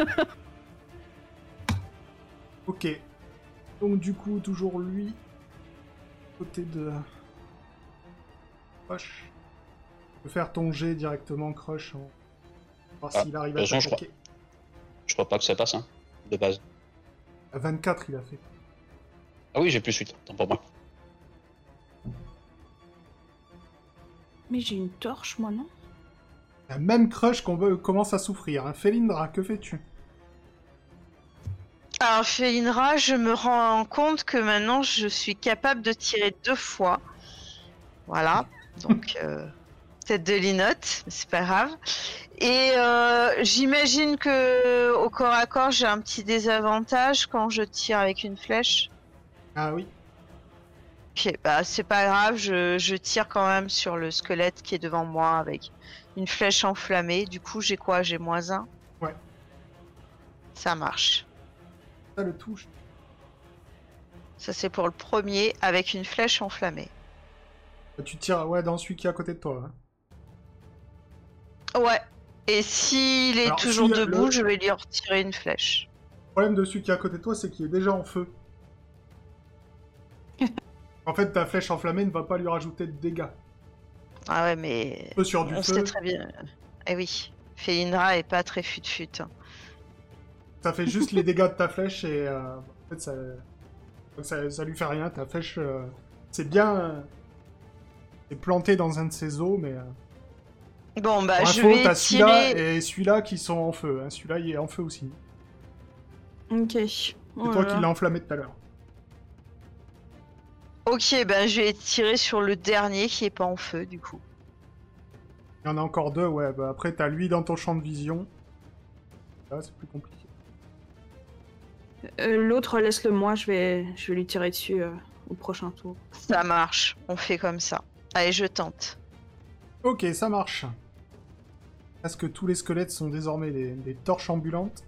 [SPEAKER 2] Ok. Donc du coup, toujours lui. Côté de... Crush. Tu peux faire ton jet directement, Crush. en- Voir
[SPEAKER 3] Ah,
[SPEAKER 2] s'il arrive
[SPEAKER 3] de
[SPEAKER 2] à
[SPEAKER 3] toute façon, je
[SPEAKER 2] t'attaquer.
[SPEAKER 3] Je crois pas que ça passe, hein, de base.
[SPEAKER 2] À 24, il a fait.
[SPEAKER 3] Ah oui, j'ai plus 8, tant pour moi.
[SPEAKER 1] Mais j'ai une torche, moi, non
[SPEAKER 2] La même Crush qu'on veut commence à souffrir. Hein. Felindra, que fais-tu
[SPEAKER 5] Alors, Félinra, je me rends compte que maintenant je suis capable de tirer deux fois. Voilà, donc euh, tête de linotte, mais c'est pas grave. Et euh, j'imagine que au corps à corps, j'ai un petit désavantage quand je tire avec une flèche.
[SPEAKER 2] Ah oui.
[SPEAKER 5] Ok, bah c'est pas grave, je, je tire quand même sur le squelette qui est devant moi avec une flèche enflammée. Du coup, j'ai quoi J'ai moins un.
[SPEAKER 2] Ouais.
[SPEAKER 5] Ça marche.
[SPEAKER 2] Ça le touche.
[SPEAKER 5] Ça, c'est pour le premier avec une flèche enflammée.
[SPEAKER 2] Bah, Tu tires ouais, dans celui qui est à côté de toi. hein.
[SPEAKER 5] Ouais. Et s'il est
[SPEAKER 2] Alors,
[SPEAKER 5] toujours
[SPEAKER 2] si le-
[SPEAKER 5] debout,
[SPEAKER 2] le-
[SPEAKER 5] je vais lui retirer une flèche.
[SPEAKER 2] Le problème de celui qui est à côté de toi, c'est qu'il est déjà en feu. en fait, ta flèche enflammée ne va pas lui rajouter de dégâts.
[SPEAKER 5] Ah ouais, mais
[SPEAKER 2] Peu sur du
[SPEAKER 5] on
[SPEAKER 2] feu,
[SPEAKER 5] sait très bien. Eh oui, Felindra est pas très fut-fut. hein.
[SPEAKER 2] ça fait juste les dégâts de ta flèche et euh, en fait, ça, ça, ça lui fait rien. Ta flèche, euh, c'est bien. euh, C'est planté dans un de ses os, mais. euh,
[SPEAKER 5] Bon, bah,
[SPEAKER 2] pour
[SPEAKER 5] je
[SPEAKER 2] info,
[SPEAKER 5] vais
[SPEAKER 2] t'as celui-là
[SPEAKER 5] tirer.
[SPEAKER 2] et celui-là qui sont en feu. hein. Celui-là, il est en feu aussi.
[SPEAKER 1] Ok.
[SPEAKER 2] C'est
[SPEAKER 5] Oh
[SPEAKER 2] toi qui l'as enflammé tout à l'heure.
[SPEAKER 5] Ok, ben, je vais tirer sur le dernier qui est pas en feu, du coup.
[SPEAKER 2] Il y en a encore deux, ouais. Bah après, t'as lui dans ton champ de vision. Là, c'est plus compliqué.
[SPEAKER 1] Euh, L'autre, laisse-le moi, je vais, je vais lui tirer dessus euh, au prochain tour.
[SPEAKER 5] Ça marche, on fait comme ça. Allez, je tente.
[SPEAKER 2] Ok, ça marche. Parce que tous les squelettes sont désormais des, des torches ambulantes.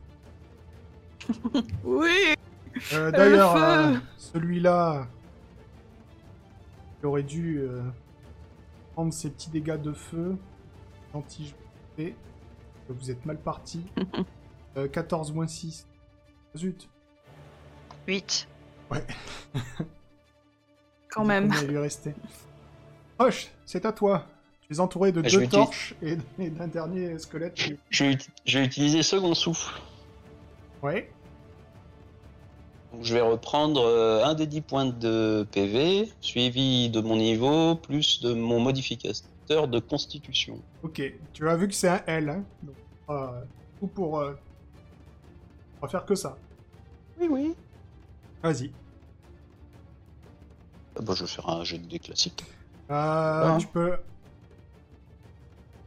[SPEAKER 1] Oui
[SPEAKER 2] Euh, D'ailleurs,
[SPEAKER 1] feu
[SPEAKER 2] euh, celui-là, il aurait dû euh, prendre ses petits dégâts de feu. Gentil, je vous fais. Vous êtes mal parti. Euh, 14 moins 6. Zut.
[SPEAKER 5] 8.
[SPEAKER 1] Quand
[SPEAKER 2] Du coup,
[SPEAKER 1] même.
[SPEAKER 2] Il lui restait. Roche, c'est à toi. Tu es entouré de
[SPEAKER 3] Je
[SPEAKER 2] deux
[SPEAKER 3] vais
[SPEAKER 2] torches et, et d'un dernier squelette. qui-
[SPEAKER 3] Je vais, ut- je vais utiliser second souffle.
[SPEAKER 2] Ouais.
[SPEAKER 3] Donc, je vais reprendre euh, un des 10 points de PV, suivi de mon niveau, plus de mon modificateur de constitution.
[SPEAKER 2] Ok, tu as vu que c'est un L, hein donc euh, tout pour. euh, on va faire que ça.
[SPEAKER 3] Oui, oui.
[SPEAKER 2] Vas-y.
[SPEAKER 3] Bah, je vais faire un jet de dés classique.
[SPEAKER 2] Euh,
[SPEAKER 1] Hein
[SPEAKER 3] Non.
[SPEAKER 2] Tu peux.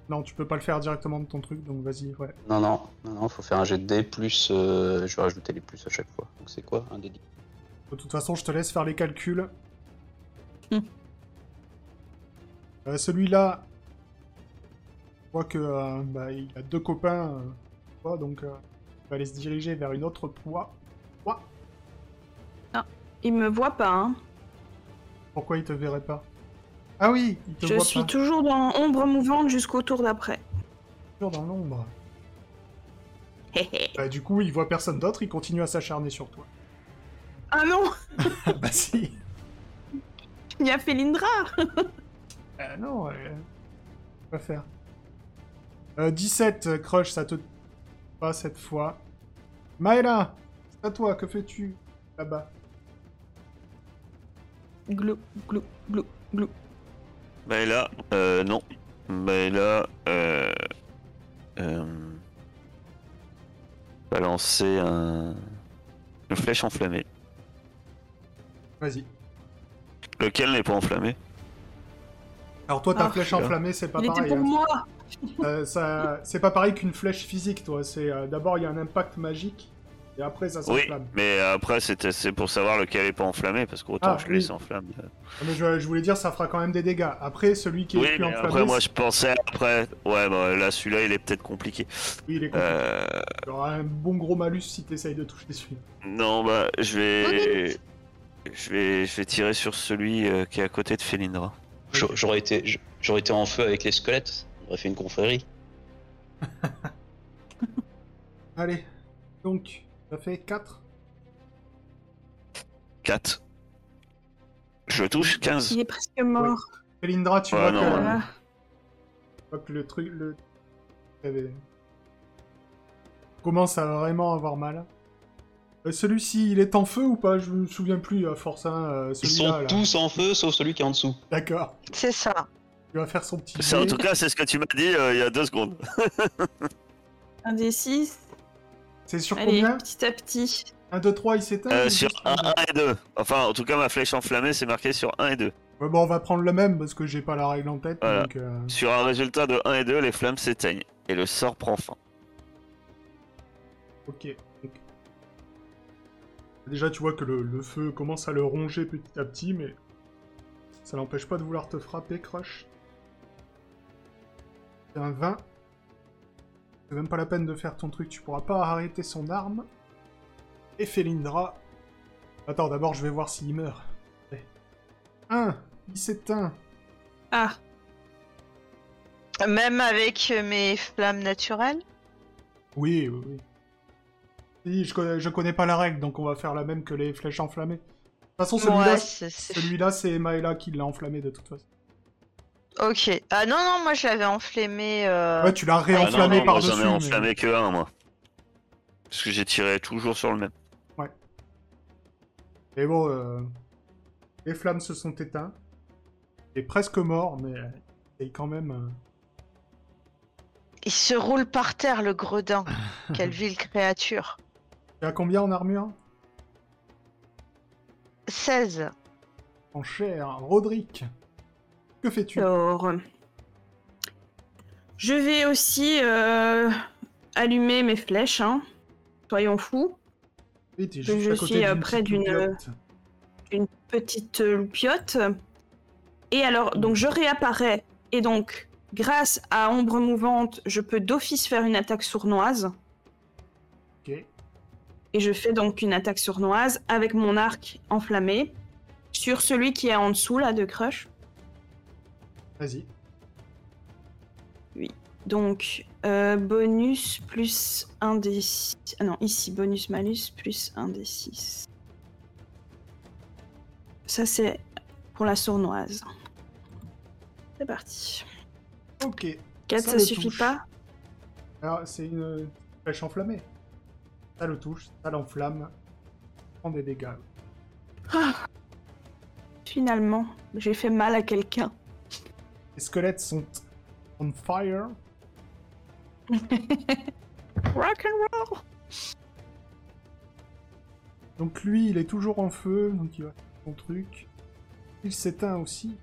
[SPEAKER 2] Non, tu peux pas le faire directement de ton truc, donc vas-y, ouais.
[SPEAKER 3] Non, non, non, non, faut faire un jet de dés, plus. euh, je vais rajouter les plus à chaque fois. Donc, c'est quoi Un des 10
[SPEAKER 2] De toute façon, je te laisse faire les calculs.
[SPEAKER 1] Hmm.
[SPEAKER 2] Euh, Celui-là, je vois que euh, bah, il a deux copains, euh, toi, donc euh, il va aller se diriger vers une autre proie.
[SPEAKER 1] Il me voit pas, hein.
[SPEAKER 2] Pourquoi il te verrait pas Ah oui, il te
[SPEAKER 1] Je
[SPEAKER 2] voit
[SPEAKER 1] suis
[SPEAKER 2] pas.
[SPEAKER 1] toujours dans ombre mouvante jusqu'au tour d'après.
[SPEAKER 2] Toujours dans l'ombre.
[SPEAKER 1] Hé, hé.
[SPEAKER 2] Bah, du coup, il voit personne d'autre, il continue à s'acharner sur toi.
[SPEAKER 1] ah non
[SPEAKER 2] Ah bah si
[SPEAKER 1] Il y a Felindra
[SPEAKER 2] Ah non, euh, quoi faire Euh, 17, euh, Crush, ça te... Pas cette fois. Maëla, c'est à toi, que fais-tu là-bas
[SPEAKER 1] Glou, glou, glou, glou.
[SPEAKER 4] Ben là, euh, non. Ben là, euh, euh, je vais lancer un... une flèche enflammée.
[SPEAKER 2] Vas-y.
[SPEAKER 4] Lequel n'est pas enflammé
[SPEAKER 2] Alors toi, ta
[SPEAKER 1] Ah.
[SPEAKER 2] flèche enflammée, c'est pas
[SPEAKER 1] Il était
[SPEAKER 2] pareil.
[SPEAKER 1] pour
[SPEAKER 2] hein.
[SPEAKER 1] moi
[SPEAKER 2] Euh, ça... C'est pas pareil qu'une flèche physique, toi. C'est euh, D'abord, il y a un impact magique, et après, ça
[SPEAKER 4] Oui,
[SPEAKER 2] s'enflamme.
[SPEAKER 4] mais après c'était- c'est pour savoir lequel n'est pas enflammé, parce qu'autant
[SPEAKER 2] Ah,
[SPEAKER 4] je
[SPEAKER 2] oui.
[SPEAKER 4] laisse enflammé.
[SPEAKER 2] Ah, Mais je, je voulais dire, ça fera quand même des dégâts. Après, celui qui est
[SPEAKER 4] Oui,
[SPEAKER 2] plus
[SPEAKER 4] mais
[SPEAKER 2] enflammé,
[SPEAKER 4] après moi je pensais après. Ouais, ben là celui-là il est peut-être compliqué.
[SPEAKER 2] oui, il est compliqué.
[SPEAKER 4] Euh,
[SPEAKER 2] Il aura un bon gros malus si t'essayes de toucher celui-là.
[SPEAKER 4] non, bah je vais...
[SPEAKER 5] Honnête.
[SPEAKER 4] je vais, je vais tirer sur celui euh, qui est à côté de Felindra.
[SPEAKER 3] J'a- J'aurais été, j'- j'aurais été en feu avec les squelettes. On aurait fait une confrérie.
[SPEAKER 2] Allez, donc, ça fait 4.
[SPEAKER 4] 4. Je touche 15.
[SPEAKER 1] Il est presque mort.
[SPEAKER 2] Elindra, tu
[SPEAKER 4] Ouais,
[SPEAKER 2] vois,
[SPEAKER 4] non,
[SPEAKER 2] que,
[SPEAKER 4] ouais.
[SPEAKER 1] Ah,
[SPEAKER 2] tu vois que le truc. Le... avait- Commence à vraiment avoir mal. Euh, celui-ci, il est en feu ou pas Je me souviens plus à force. Hein, euh,
[SPEAKER 3] Ils
[SPEAKER 2] celui-là,
[SPEAKER 3] sont
[SPEAKER 2] là.
[SPEAKER 3] tous en feu sauf celui qui est en dessous.
[SPEAKER 2] D'accord.
[SPEAKER 5] C'est ça.
[SPEAKER 2] Il va faire son petit.
[SPEAKER 4] Ça, en
[SPEAKER 2] jet.
[SPEAKER 4] tout cas, c'est ce que tu m'as dit euh, il y a deux secondes.
[SPEAKER 1] un des six.
[SPEAKER 2] C'est sur
[SPEAKER 1] Allez,
[SPEAKER 2] combien
[SPEAKER 1] petit à petit.
[SPEAKER 2] 1, 2, 3, il s'éteint
[SPEAKER 4] Euh,
[SPEAKER 2] ou
[SPEAKER 4] sur
[SPEAKER 2] juste
[SPEAKER 4] 1,
[SPEAKER 2] un
[SPEAKER 4] 1 et 2. Enfin, en tout cas, ma flèche enflammée, c'est marqué sur 1 et 2.
[SPEAKER 2] Ouais, bon, on va prendre le même parce que j'ai pas la règle en tête.
[SPEAKER 4] Voilà.
[SPEAKER 2] Donc, euh,
[SPEAKER 4] Sur un résultat de 1 et 2, les flammes s'éteignent. Et le sort prend fin.
[SPEAKER 2] ok. Donc, Déjà, tu vois que le, le feu commence à le ronger petit à petit, mais ça l'empêche pas de vouloir te frapper, Crush. C'est un 20. C'est même pas la peine de faire ton truc, tu pourras pas arrêter son arme. Et Felindra. Attends, d'abord, je vais voir s'il meurt. 1, il s'éteint.
[SPEAKER 1] Ah,
[SPEAKER 5] Même avec euh, mes flammes naturelles
[SPEAKER 2] Oui, oui, oui. Si, je connais, je connais pas la règle, donc on va faire la même que les flèches enflammées. De toute façon, celui-là,
[SPEAKER 5] Ouais, c'est- c'est-
[SPEAKER 2] celui-là c'est Maëla qui l'a enflammé de toute façon.
[SPEAKER 5] Ok. Ah non, non, moi je l'avais enflammé. euh,
[SPEAKER 2] Ouais, tu l'as
[SPEAKER 5] Ah,
[SPEAKER 4] non,
[SPEAKER 2] réenflammé
[SPEAKER 4] non, moi,
[SPEAKER 2] par-dessus.
[SPEAKER 4] J'en ai
[SPEAKER 2] mais-
[SPEAKER 4] enflammé que un, moi. Parce que j'ai tiré toujours sur le même.
[SPEAKER 2] Mais bon, euh, les flammes se sont éteintes. Il est presque mort, mais euh, il est quand même. euh,
[SPEAKER 5] Il se roule par terre, le gredin. Quelle vile créature.
[SPEAKER 2] Il a combien en armure
[SPEAKER 5] 16.
[SPEAKER 2] En chair, Roderick. Que fais-tu
[SPEAKER 1] alors. Je vais aussi euh, allumer mes flèches, hein. Soyons fous.
[SPEAKER 2] Oui, t'es
[SPEAKER 1] je suis, euh,
[SPEAKER 2] d'une
[SPEAKER 1] près
[SPEAKER 2] petite
[SPEAKER 1] d'une-
[SPEAKER 2] loupiote.
[SPEAKER 1] une petite euh, loupiote. Et alors, donc je réapparais. Et donc, grâce à Ombre Mouvante, je peux d'office faire une attaque sournoise.
[SPEAKER 2] Ok.
[SPEAKER 1] Et je fais donc une attaque sournoise avec mon arc enflammé sur celui qui est en dessous, là, de Crush.
[SPEAKER 2] Vas-y.
[SPEAKER 1] Donc, euh, bonus plus 1 des 6. Ah non, ici, bonus malus plus 1 des 6. Ça, c'est pour la sournoise. C'est parti.
[SPEAKER 2] Ok.
[SPEAKER 1] 4,
[SPEAKER 2] Ça
[SPEAKER 1] ça,
[SPEAKER 2] le
[SPEAKER 1] suffit
[SPEAKER 2] touche.
[SPEAKER 1] pas
[SPEAKER 2] Alors, c'est une flèche enflammée. Ça le touche, ça l'enflamme. Prends des dégâts.
[SPEAKER 1] Finalement, j'ai fait mal à quelqu'un.
[SPEAKER 2] Les squelettes sont on fire.
[SPEAKER 1] Rock and roll.
[SPEAKER 2] Donc lui, il est toujours en feu, donc il va faire son truc. Il s'éteint aussi.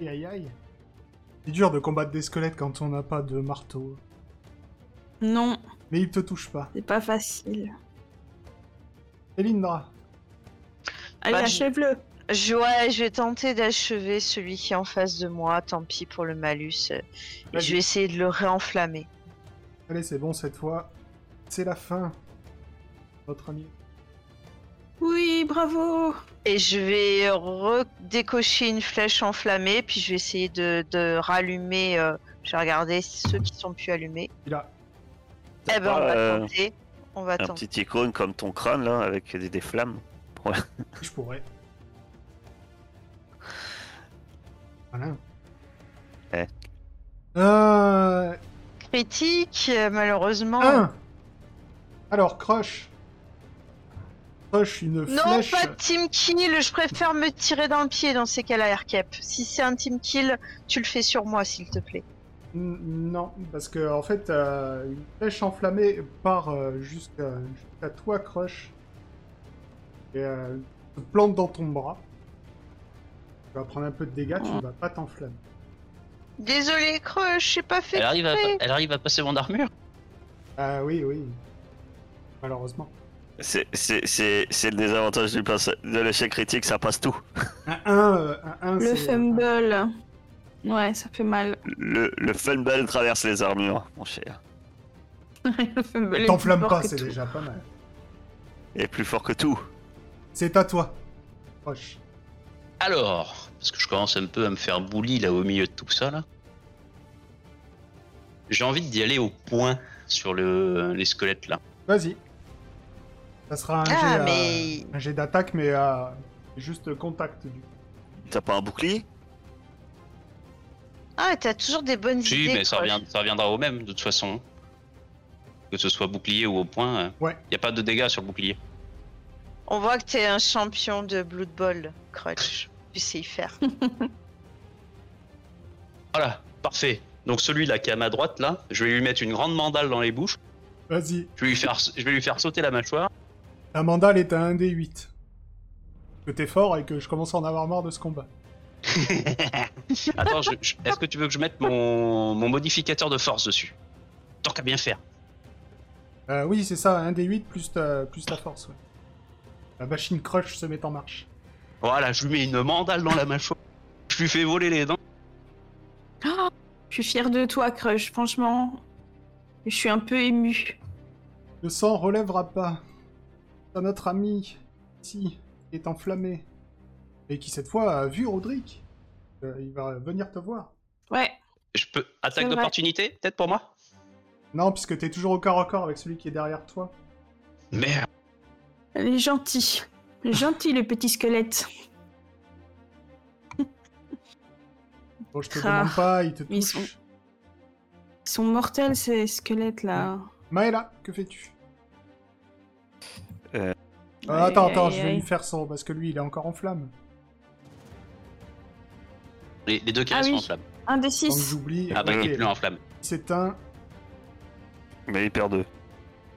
[SPEAKER 2] Et aïe aïe. C'est dur de combattre des squelettes quand on n'a pas de marteau.
[SPEAKER 1] Non,
[SPEAKER 2] Mais il te touche pas.
[SPEAKER 1] c'est pas facile.
[SPEAKER 2] Elindra,
[SPEAKER 1] Allez,
[SPEAKER 5] Bah, je-
[SPEAKER 1] achève-le.
[SPEAKER 5] Je, ouais, je vais tenter d'achever celui qui est en face de moi. Tant pis pour le malus. euh, et
[SPEAKER 2] Vas-y.
[SPEAKER 5] je vais essayer de le réenflammer.
[SPEAKER 2] allez, c'est bon cette fois. C'est la fin. Notre ami.
[SPEAKER 1] Oui, bravo.
[SPEAKER 5] Et je vais redécocher une flèche enflammée, puis je vais essayer de, de rallumer. euh, je vais regarder ceux qui sont plus allumés.
[SPEAKER 2] Il a.
[SPEAKER 5] Eh ben, on va
[SPEAKER 4] Euh,
[SPEAKER 5] tenter. On va
[SPEAKER 4] Un
[SPEAKER 5] tenter.
[SPEAKER 4] petit icône comme ton crâne, là, avec des, des flammes.
[SPEAKER 2] Je pourrais. Voilà.
[SPEAKER 4] Eh.
[SPEAKER 2] Euh.
[SPEAKER 5] Critique, euh, malheureusement.
[SPEAKER 2] Un. Alors, Crush. Crush, une
[SPEAKER 5] non,
[SPEAKER 2] flèche.
[SPEAKER 5] pas de team kill. Je préfère me tirer dans le pied dans ces cas-là, Aircap. Si c'est un team kill, tu le fais sur moi, s'il te plaît.
[SPEAKER 2] N- Non, parce que en fait, euh, une flèche enflammée part euh, jusqu'à jusqu'à toi, Crush, et euh, te plante dans ton bras. Tu vas prendre un peu de dégâts, tu ne vas pas t'enflammer.
[SPEAKER 5] Désolé, Crush, j'ai pas fait.
[SPEAKER 3] Elle arrive à,
[SPEAKER 5] exprès.
[SPEAKER 3] elle arrive à passer mon armure.
[SPEAKER 2] Ah oui, oui. Malheureusement.
[SPEAKER 4] C'est c'est- c'est- c'est le désavantage du passe- de l'échec critique, ça passe tout.
[SPEAKER 2] Un 1, euh, un 1
[SPEAKER 1] Le fumble. Ouais, ça fait mal.
[SPEAKER 4] Le, le funball traverse les armures, mon cher.
[SPEAKER 1] Le fumble est plus
[SPEAKER 2] T'enflamme
[SPEAKER 1] fort
[SPEAKER 2] pas,
[SPEAKER 1] que
[SPEAKER 2] c'est
[SPEAKER 1] tout.
[SPEAKER 2] déjà pas mal.
[SPEAKER 4] Et plus fort que tout.
[SPEAKER 2] C'est à toi, Crush.
[SPEAKER 3] Alors, parce que je commence un peu à me faire bouli là au milieu de tout ça là. J'ai envie d'y aller au point sur le, les squelettes là.
[SPEAKER 2] Vas-y. Ça sera un jet,
[SPEAKER 5] Ah,
[SPEAKER 2] euh,
[SPEAKER 5] mais.
[SPEAKER 2] un jet d'attaque, mais euh, juste contact. Du...
[SPEAKER 4] T'as pas un bouclier
[SPEAKER 5] Ah, t'as toujours des bonnes
[SPEAKER 3] Si,
[SPEAKER 5] idées.
[SPEAKER 3] mais ça,
[SPEAKER 5] Croche.
[SPEAKER 3] revient- ça reviendra au même, de toute façon. Que ce soit bouclier ou au point, il
[SPEAKER 2] Ouais.
[SPEAKER 3] n'y a pas de dégâts sur le bouclier.
[SPEAKER 5] On voit que t'es un champion de Blood Bowl, Crutch. Tu sais y faire.
[SPEAKER 3] Voilà, parfait. Donc celui-là qui est à ma droite, là, je vais lui mettre une grande mandale dans les bouches.
[SPEAKER 2] Vas-y,
[SPEAKER 3] Je vais lui faire, je vais lui faire sauter la mâchoire.
[SPEAKER 2] la mandale est à 1d8. Que t'es fort et que je commence à en avoir marre de ce combat.
[SPEAKER 3] Attends, je- je- est-ce que tu veux que je mette mon, mon modificateur de force dessus Tant qu'à bien faire.
[SPEAKER 2] Euh, oui, c'est ça, 1d8 plus ta, plus ta force. ouais. La machine crush se met en marche.
[SPEAKER 3] Voilà, je lui mets une mandale dans la mâchoire. Je lui fais voler les dents.
[SPEAKER 1] Je suis fière de toi, Crush, franchement. Je suis un peu émue.
[SPEAKER 2] Le sang relèvera pas. C'est notre ami, ici, qui est enflammé. Et qui, cette fois, a vu Roderick. Euh, il va venir te voir.
[SPEAKER 1] Ouais,
[SPEAKER 3] Je peux attaque
[SPEAKER 1] vrai.
[SPEAKER 3] d'opportunité, peut-être pour moi
[SPEAKER 2] Non, puisque t'es toujours au corps à corps avec celui qui est derrière toi.
[SPEAKER 3] Merde.
[SPEAKER 1] elle est gentille. Gentil le petit squelette.
[SPEAKER 2] Bon, je te
[SPEAKER 1] Ah,
[SPEAKER 2] demande pas, il te
[SPEAKER 1] mais ils
[SPEAKER 2] touche.
[SPEAKER 1] sont- Ils sont mortels ces squelettes là.
[SPEAKER 2] Maëla, que fais-tu
[SPEAKER 4] Euh.
[SPEAKER 2] Ah, Attends,
[SPEAKER 1] Aïe,
[SPEAKER 2] attends,
[SPEAKER 1] aïe,
[SPEAKER 2] je vais
[SPEAKER 1] aïe.
[SPEAKER 2] lui faire son, parce que lui, il est encore en flamme.
[SPEAKER 3] Les, les deux qui
[SPEAKER 1] Ah
[SPEAKER 3] restent
[SPEAKER 1] oui.
[SPEAKER 3] en flamme.
[SPEAKER 1] Un des
[SPEAKER 2] Donc
[SPEAKER 1] six.
[SPEAKER 2] j'oublie.
[SPEAKER 3] Ah bah,
[SPEAKER 2] ok,
[SPEAKER 3] qui est plus en flamme.
[SPEAKER 2] il s'éteint,
[SPEAKER 4] Mais il perd deux.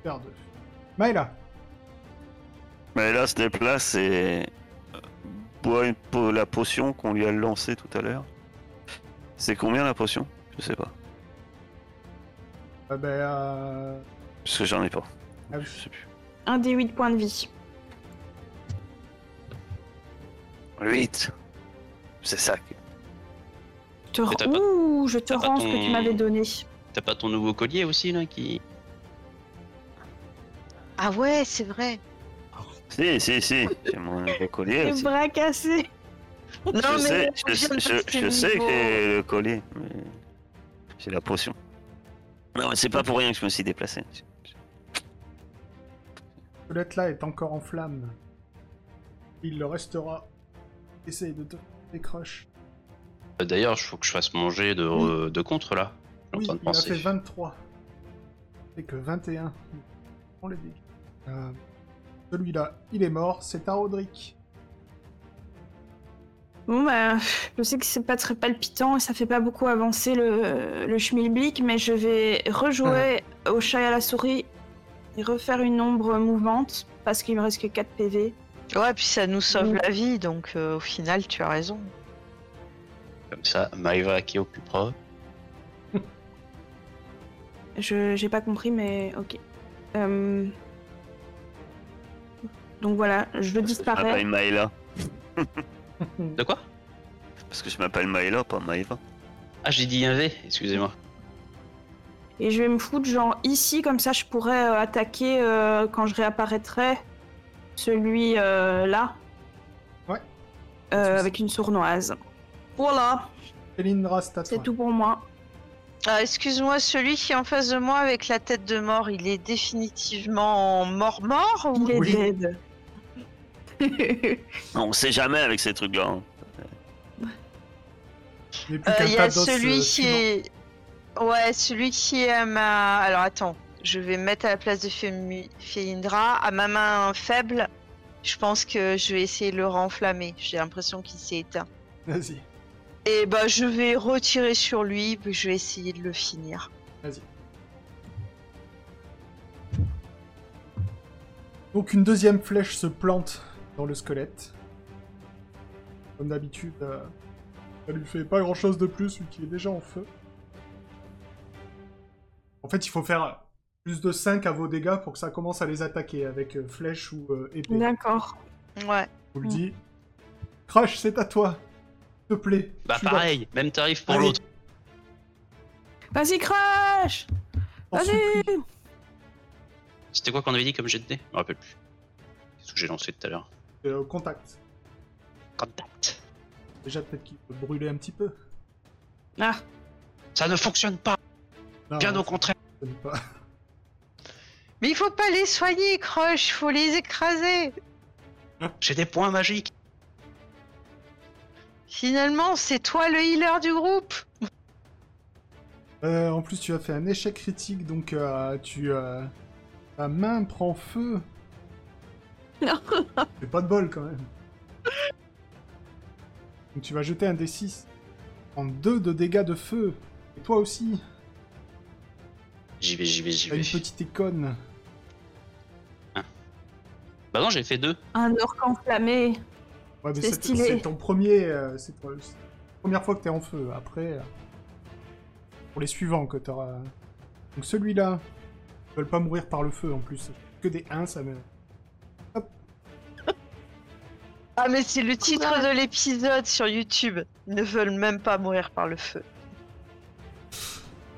[SPEAKER 2] perd deux. Maëla,
[SPEAKER 4] Mais là, se déplace et euh, boit une po- la potion qu'on lui a lancée tout à l'heure. C'est combien la potion Je sais pas.
[SPEAKER 2] euh, ben, euh,
[SPEAKER 4] Parce que j'en ai pas.
[SPEAKER 2] Ah oui.
[SPEAKER 4] Je sais plus.
[SPEAKER 1] Un des huit points de vie.
[SPEAKER 4] 8 C'est ça. que-
[SPEAKER 1] Je te
[SPEAKER 3] t'as pas-
[SPEAKER 1] rends- Ouh, je te
[SPEAKER 3] t'as pas
[SPEAKER 1] rends ce que tu
[SPEAKER 3] ton-
[SPEAKER 1] m'avais donné.
[SPEAKER 3] T'as pas ton nouveau collier aussi, là, qui...
[SPEAKER 5] Ah ouais, c'est vrai.
[SPEAKER 4] Si, si, si. J'ai mon le collier.
[SPEAKER 1] Le
[SPEAKER 4] aussi.
[SPEAKER 1] bras cassé.
[SPEAKER 5] Non,
[SPEAKER 4] je sais, je,
[SPEAKER 5] viens de
[SPEAKER 4] je-
[SPEAKER 5] passer
[SPEAKER 4] je
[SPEAKER 5] le
[SPEAKER 4] sais
[SPEAKER 5] niveau.
[SPEAKER 4] que j'ai le collier. mais J'ai la potion. Non, mais c'est pas pour rien que je me suis déplacé.
[SPEAKER 2] ce squelette-là est encore en flamme. Il le restera. Essaye de te décroche.
[SPEAKER 3] Euh, D'ailleurs, il faut que je fasse manger de, euh, de contre, là. Je suis en
[SPEAKER 2] Oui,
[SPEAKER 3] train de
[SPEAKER 2] il a
[SPEAKER 3] penser.
[SPEAKER 2] fait 23. C'est que 21. On les dégâts. Euh, Celui-là, il est mort, c'est à Roderick.
[SPEAKER 1] Bon bah, je sais que c'est pas très palpitant et ça fait pas beaucoup avancer le, le schmilblick, mais je vais rejouer au chat et à la souris et refaire une ombre mouvante parce qu'il me reste que 4 PV.
[SPEAKER 5] Ouais, puis ça nous sauve
[SPEAKER 1] Mm.
[SPEAKER 5] la vie, donc euh, au final, tu as raison.
[SPEAKER 3] Comme ça, Maïva qui occupera.
[SPEAKER 1] Je j'ai pas compris, mais ok. Euh, Donc voilà, je veux
[SPEAKER 4] Je m'appelle
[SPEAKER 1] disparaître.
[SPEAKER 4] Maëla.
[SPEAKER 3] De quoi
[SPEAKER 4] Parce que je m'appelle Maëla, pas Maëva.
[SPEAKER 3] Ah, j'ai dit un V, excusez-moi.
[SPEAKER 1] Et je vais me foutre genre ici, comme ça je pourrais euh, attaquer euh, quand je réapparaîtrai celui euh, là.
[SPEAKER 2] Ouais.
[SPEAKER 1] Euh,
[SPEAKER 2] Pas de souci.
[SPEAKER 1] avec une sournoise. Voilà,
[SPEAKER 2] Elindra, c'est à
[SPEAKER 1] c'est
[SPEAKER 2] toi.
[SPEAKER 1] tout pour moi.
[SPEAKER 5] Ah, excuse-moi, celui qui est en face de moi avec la tête de mort, il est définitivement mort-mort ou...
[SPEAKER 1] Il est
[SPEAKER 2] Oui.
[SPEAKER 1] dead.
[SPEAKER 4] On sait jamais avec ces trucs-là. hein.
[SPEAKER 2] Il n'y a plus
[SPEAKER 5] Euh,
[SPEAKER 2] qu'un
[SPEAKER 5] Il y
[SPEAKER 2] tas
[SPEAKER 5] a
[SPEAKER 2] d'os,
[SPEAKER 5] celui
[SPEAKER 2] euh,
[SPEAKER 5] qui
[SPEAKER 2] suivants.
[SPEAKER 5] est... Ouais, celui qui est à ma... Alors attends, je vais me mettre à la place de Femi- Feindra. À ma main faible, je pense que je vais essayer de le renflammer. J'ai l'impression qu'il s'est éteint.
[SPEAKER 2] Vas-y,
[SPEAKER 5] Et bah je vais retirer sur lui, puis je vais essayer de le finir.
[SPEAKER 2] vas-y. Donc une deuxième flèche se plante dans le squelette. Comme d'habitude, euh, ça lui fait pas grand chose de plus vu qu'il est déjà en feu. En fait, il faut faire plus de 5 à vos dégâts pour que ça commence à les attaquer avec euh, flèche ou euh, épée. Je
[SPEAKER 1] D'accord.
[SPEAKER 5] Ouais.
[SPEAKER 2] vous le dis. Crash, c'est à toi. S'il te plaît.
[SPEAKER 3] Bah
[SPEAKER 2] tu vas-
[SPEAKER 3] pareil, même tarif pour
[SPEAKER 2] Allez,
[SPEAKER 3] l'autre.
[SPEAKER 1] Vas-y, crash
[SPEAKER 2] t'en
[SPEAKER 1] Vas-y
[SPEAKER 2] supplie.
[SPEAKER 3] C'était quoi qu'on avait dit comme jet de dés Je me rappelle plus. Qu'est-ce que j'ai lancé tout à l'heure
[SPEAKER 2] Euh, au contact.
[SPEAKER 3] Contact.
[SPEAKER 2] Déjà, peut-être qu'il peut brûler un petit peu.
[SPEAKER 1] Ah,
[SPEAKER 3] Ça ne fonctionne pas,
[SPEAKER 2] Non,
[SPEAKER 3] bien
[SPEAKER 2] non,
[SPEAKER 3] au contraire.
[SPEAKER 2] ça ne fonctionne pas.
[SPEAKER 5] Mais il faut pas les soigner, Crush, faut les écraser.
[SPEAKER 3] J'ai des points magiques.
[SPEAKER 5] Finalement, c'est toi le healer du groupe.
[SPEAKER 2] Euh, en plus, tu as fait un échec critique, donc euh, tu, euh, ta main prend feu.
[SPEAKER 1] Non.
[SPEAKER 2] C'est pas de bol quand même. Donc tu vas jeter un D6. En 2 de dégâts de feu. Et toi aussi,
[SPEAKER 3] J'y vais, j'y vais, j'y
[SPEAKER 2] t'as
[SPEAKER 3] vais.
[SPEAKER 2] une petite icône.
[SPEAKER 3] Bah non, j'ai fait deux.
[SPEAKER 1] Un orc enflammé.
[SPEAKER 2] Ouais, mais
[SPEAKER 1] C'est
[SPEAKER 2] c'est
[SPEAKER 1] stylé.
[SPEAKER 2] c'est ton premier. euh, c'est ton- c'est la première fois que t'es en feu. Après, euh, pour les suivants que t'auras. Donc celui-là, ils veulent pas mourir par le feu en plus. Que des 1, ça me.
[SPEAKER 5] Ah, mais c'est le titre de l'épisode sur YouTube. Ils ne veulent même pas mourir par le feu.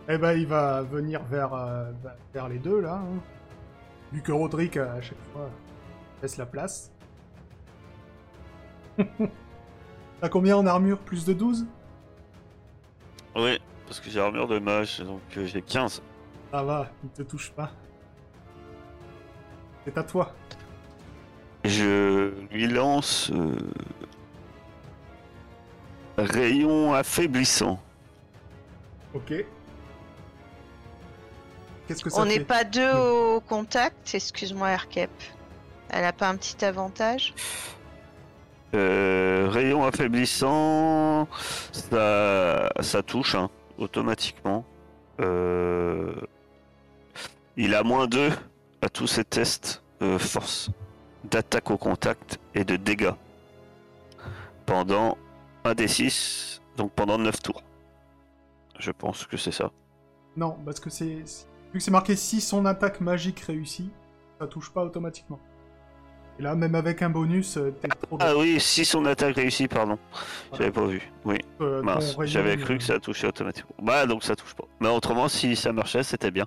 [SPEAKER 2] Eh ben, il va venir vers, euh, vers les deux là. hein. Vu que Roderick, à chaque fois, laisse la place. T'as combien en armure Plus de 12
[SPEAKER 4] Oui, parce que j'ai armure de mage, donc euh, j'ai 15.
[SPEAKER 2] Ça va, il te touche pas. C'est à toi.
[SPEAKER 4] Je lui lance euh, rayon affaiblissant.
[SPEAKER 2] Ok. Qu'est-ce que ça
[SPEAKER 5] On
[SPEAKER 2] fait Hmm.
[SPEAKER 5] n'est pas deux au contact, excuse-moi, Erkep. Elle a pas un petit avantage
[SPEAKER 4] Euh, rayon affaiblissant, ça, ça touche hein, automatiquement. Euh, il a moins 2 à tous ses tests euh, force d'attaque au contact et de dégâts pendant 1 des 6, donc pendant 9 tours. Je pense que c'est ça.
[SPEAKER 2] Non, parce que c'est. c'est- Vu que c'est marqué si son attaque magique réussit, ça touche pas automatiquement. Et là, même avec un bonus, euh, t'es trop
[SPEAKER 4] Ah oui, si son attaque réussit, pardon.
[SPEAKER 2] Ah.
[SPEAKER 4] J'avais pas vu. Oui,
[SPEAKER 2] euh, ton
[SPEAKER 4] mince.
[SPEAKER 2] rayon,
[SPEAKER 4] J'avais
[SPEAKER 2] euh,
[SPEAKER 4] cru que ça touchait automatiquement. Bah donc ça touche pas. Mais autrement, si ça marchait, c'était bien.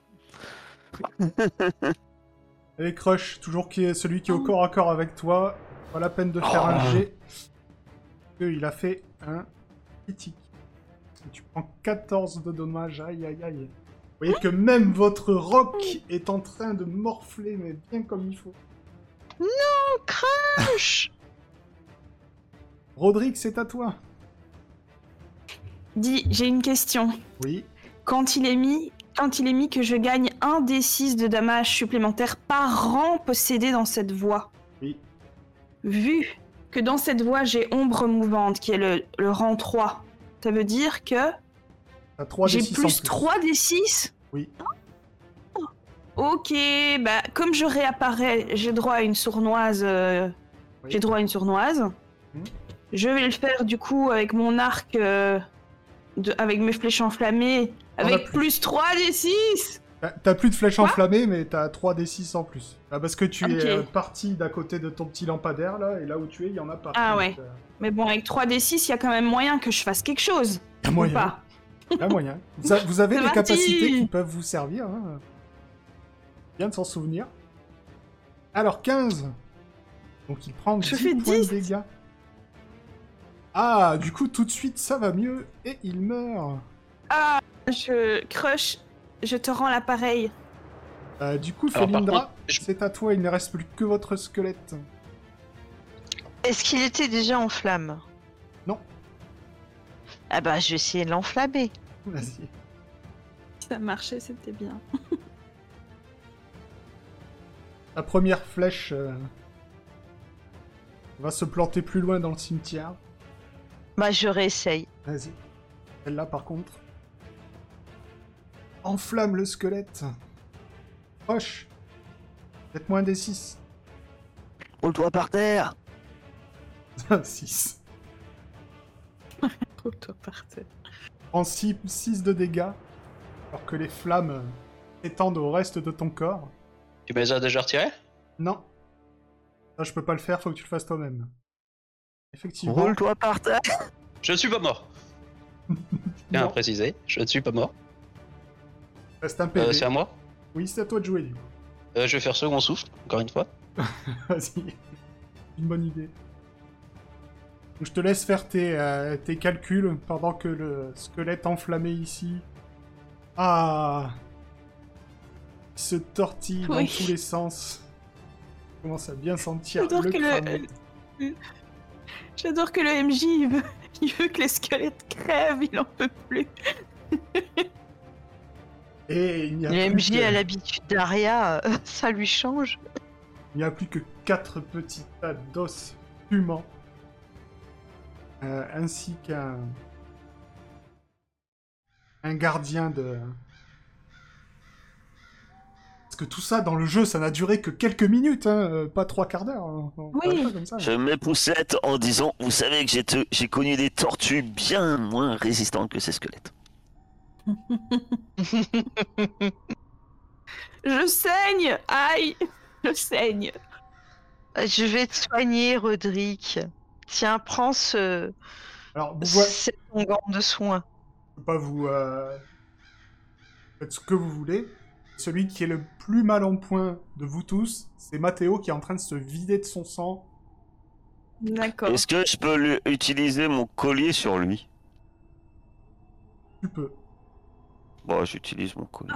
[SPEAKER 2] Allez, Crush, toujours qui est celui
[SPEAKER 1] Ah.
[SPEAKER 2] qui est au corps à corps avec toi, pas la peine de faire un
[SPEAKER 4] Oh.
[SPEAKER 2] G. Il a fait un critique. Et tu prends 14 de dommages, aïe aïe aïe. Vous voyez que même votre roc est en train de morfler, mais bien comme il faut.
[SPEAKER 5] Oh, Crush
[SPEAKER 2] Rodrigue, c'est à toi.
[SPEAKER 1] Dis, j'ai une question.
[SPEAKER 2] Oui.
[SPEAKER 1] Quand il est mis, quand il est mis que je gagne un des 6 de damage supplémentaire par rang possédé dans cette voie.
[SPEAKER 2] Oui.
[SPEAKER 1] Vu que dans cette voie j'ai ombre mouvante qui est le, le rang 3, ça veut dire que
[SPEAKER 2] T'as 3
[SPEAKER 1] j'ai
[SPEAKER 2] des 6 en
[SPEAKER 1] plus 3 des 6
[SPEAKER 2] Oui.
[SPEAKER 1] Ok, bah comme je réapparais, j'ai droit à une sournoise. euh,
[SPEAKER 2] Oui.
[SPEAKER 1] J'ai droit à une sournoise.
[SPEAKER 2] Mhm.
[SPEAKER 1] Je vais le faire du coup avec mon arc, euh, de- avec mes flèches enflammées,
[SPEAKER 2] On a
[SPEAKER 1] avec
[SPEAKER 2] plus.
[SPEAKER 1] plus 3 des 6
[SPEAKER 2] T'as- T'as plus de flèches
[SPEAKER 1] Quoi
[SPEAKER 2] enflammées, mais t'as 3 des 6 en plus. Ah, parce que tu
[SPEAKER 1] Ok.
[SPEAKER 2] es euh, parti d'à côté de ton petit lampadaire, là, et là où tu es, il y en a pas.
[SPEAKER 1] Ah
[SPEAKER 2] Donc,
[SPEAKER 1] ouais.
[SPEAKER 2] euh,
[SPEAKER 1] Mais bon, avec 3 des 6, il y a quand même moyen que je fasse quelque chose.
[SPEAKER 2] y a
[SPEAKER 1] ou
[SPEAKER 2] moyen.
[SPEAKER 1] pas.
[SPEAKER 2] Ah, moyen. Vous, a- vous avez
[SPEAKER 1] C'est
[SPEAKER 2] des
[SPEAKER 1] parti
[SPEAKER 2] capacités qui peuvent vous servir. hein. Bien de s'en souvenir. Alors, 15. Donc, il prend
[SPEAKER 1] Je
[SPEAKER 2] 10
[SPEAKER 1] fais
[SPEAKER 2] points
[SPEAKER 1] 10.
[SPEAKER 2] de dégâts. Ah, du coup, tout de suite, ça va mieux et il meurt.
[SPEAKER 1] Ah, je crush, je te rends l'appareil.
[SPEAKER 2] Euh, du coup,
[SPEAKER 3] Alors, par
[SPEAKER 2] Felindra,
[SPEAKER 3] contre, je-
[SPEAKER 2] c'est à toi, il ne reste plus que votre squelette.
[SPEAKER 5] Est-ce qu'il était déjà en flamme
[SPEAKER 2] Non.
[SPEAKER 5] Ah bah, je vais essayer de l'enflammer.
[SPEAKER 2] Vas-y.
[SPEAKER 1] Ça marchait, c'était bien.
[SPEAKER 2] La première flèche euh, va se planter plus loin dans le cimetière.
[SPEAKER 5] Bah, je réessaye.
[SPEAKER 2] Vas-y. Celle-là, par contre. Enflamme le squelette. Proche. Faites moins des 6.
[SPEAKER 4] On le doit par terre
[SPEAKER 2] 6.
[SPEAKER 1] Trop par terre.
[SPEAKER 2] En 6, de dégâts. Alors que les flammes euh, s'étendent au reste de ton corps.
[SPEAKER 3] Tu me les as déjà retirés
[SPEAKER 2] Non. Ça, je peux pas le faire, faut que tu le fasses toi-même. Effectivement.
[SPEAKER 4] Roule-toi par terre
[SPEAKER 3] Je ne suis pas mort. Bien à
[SPEAKER 2] Non,
[SPEAKER 3] préciser, je ne suis pas mort.
[SPEAKER 2] reste un
[SPEAKER 3] Euh,
[SPEAKER 2] PV.
[SPEAKER 3] c'est à moi.
[SPEAKER 2] Oui, c'est à toi de jouer, du coup.
[SPEAKER 3] Euh, je vais faire second souffle, encore une fois.
[SPEAKER 2] Vas-y. Une bonne idée. Donc, je te laisse faire tes, euh, tes calculs pendant que le squelette enflammé ici a qui Ah. se tortille dans
[SPEAKER 1] Oui.
[SPEAKER 2] tous les sens. Je commence à bien sentir
[SPEAKER 1] J'adore
[SPEAKER 2] le
[SPEAKER 1] que
[SPEAKER 2] crâne.
[SPEAKER 1] le... J'adore que le MJ, il veut... il veut que les squelettes crèvent, il en peut plus.
[SPEAKER 2] Et il n'y a,
[SPEAKER 5] Le
[SPEAKER 2] plus
[SPEAKER 5] MJ
[SPEAKER 2] que-
[SPEAKER 5] a l'habitude d'Aria, euh, ça lui change.
[SPEAKER 2] il n'y a plus que quatre petits tas d'os humants, euh, ainsi qu'un un gardien de... Parce que tout ça, dans le jeu, ça n'a duré que quelques minutes, hein, euh, pas trois quarts d'heure. hein, on
[SPEAKER 1] Oui.
[SPEAKER 2] parle pas comme ça.
[SPEAKER 4] Je m'époussette en disant Vous savez que j'ai te- j'ai connu des tortues bien moins résistantes que ces squelettes.
[SPEAKER 1] Je saigne Aïe Je saigne
[SPEAKER 5] Je vais te soigner, Rodrigue. Tiens, prends ce,
[SPEAKER 2] Alors, vous, voyez-
[SPEAKER 5] cet onguent de soin.
[SPEAKER 2] peux pas vous. euh, Faites ce que vous voulez. Celui qui est le plus mal en point de vous tous, c'est Mathéo qui est en train de se vider de son sang.
[SPEAKER 1] D'accord.
[SPEAKER 4] Est-ce que je peux lui- utiliser mon collier sur lui
[SPEAKER 2] Tu peux.
[SPEAKER 4] Bon, j'utilise mon collier.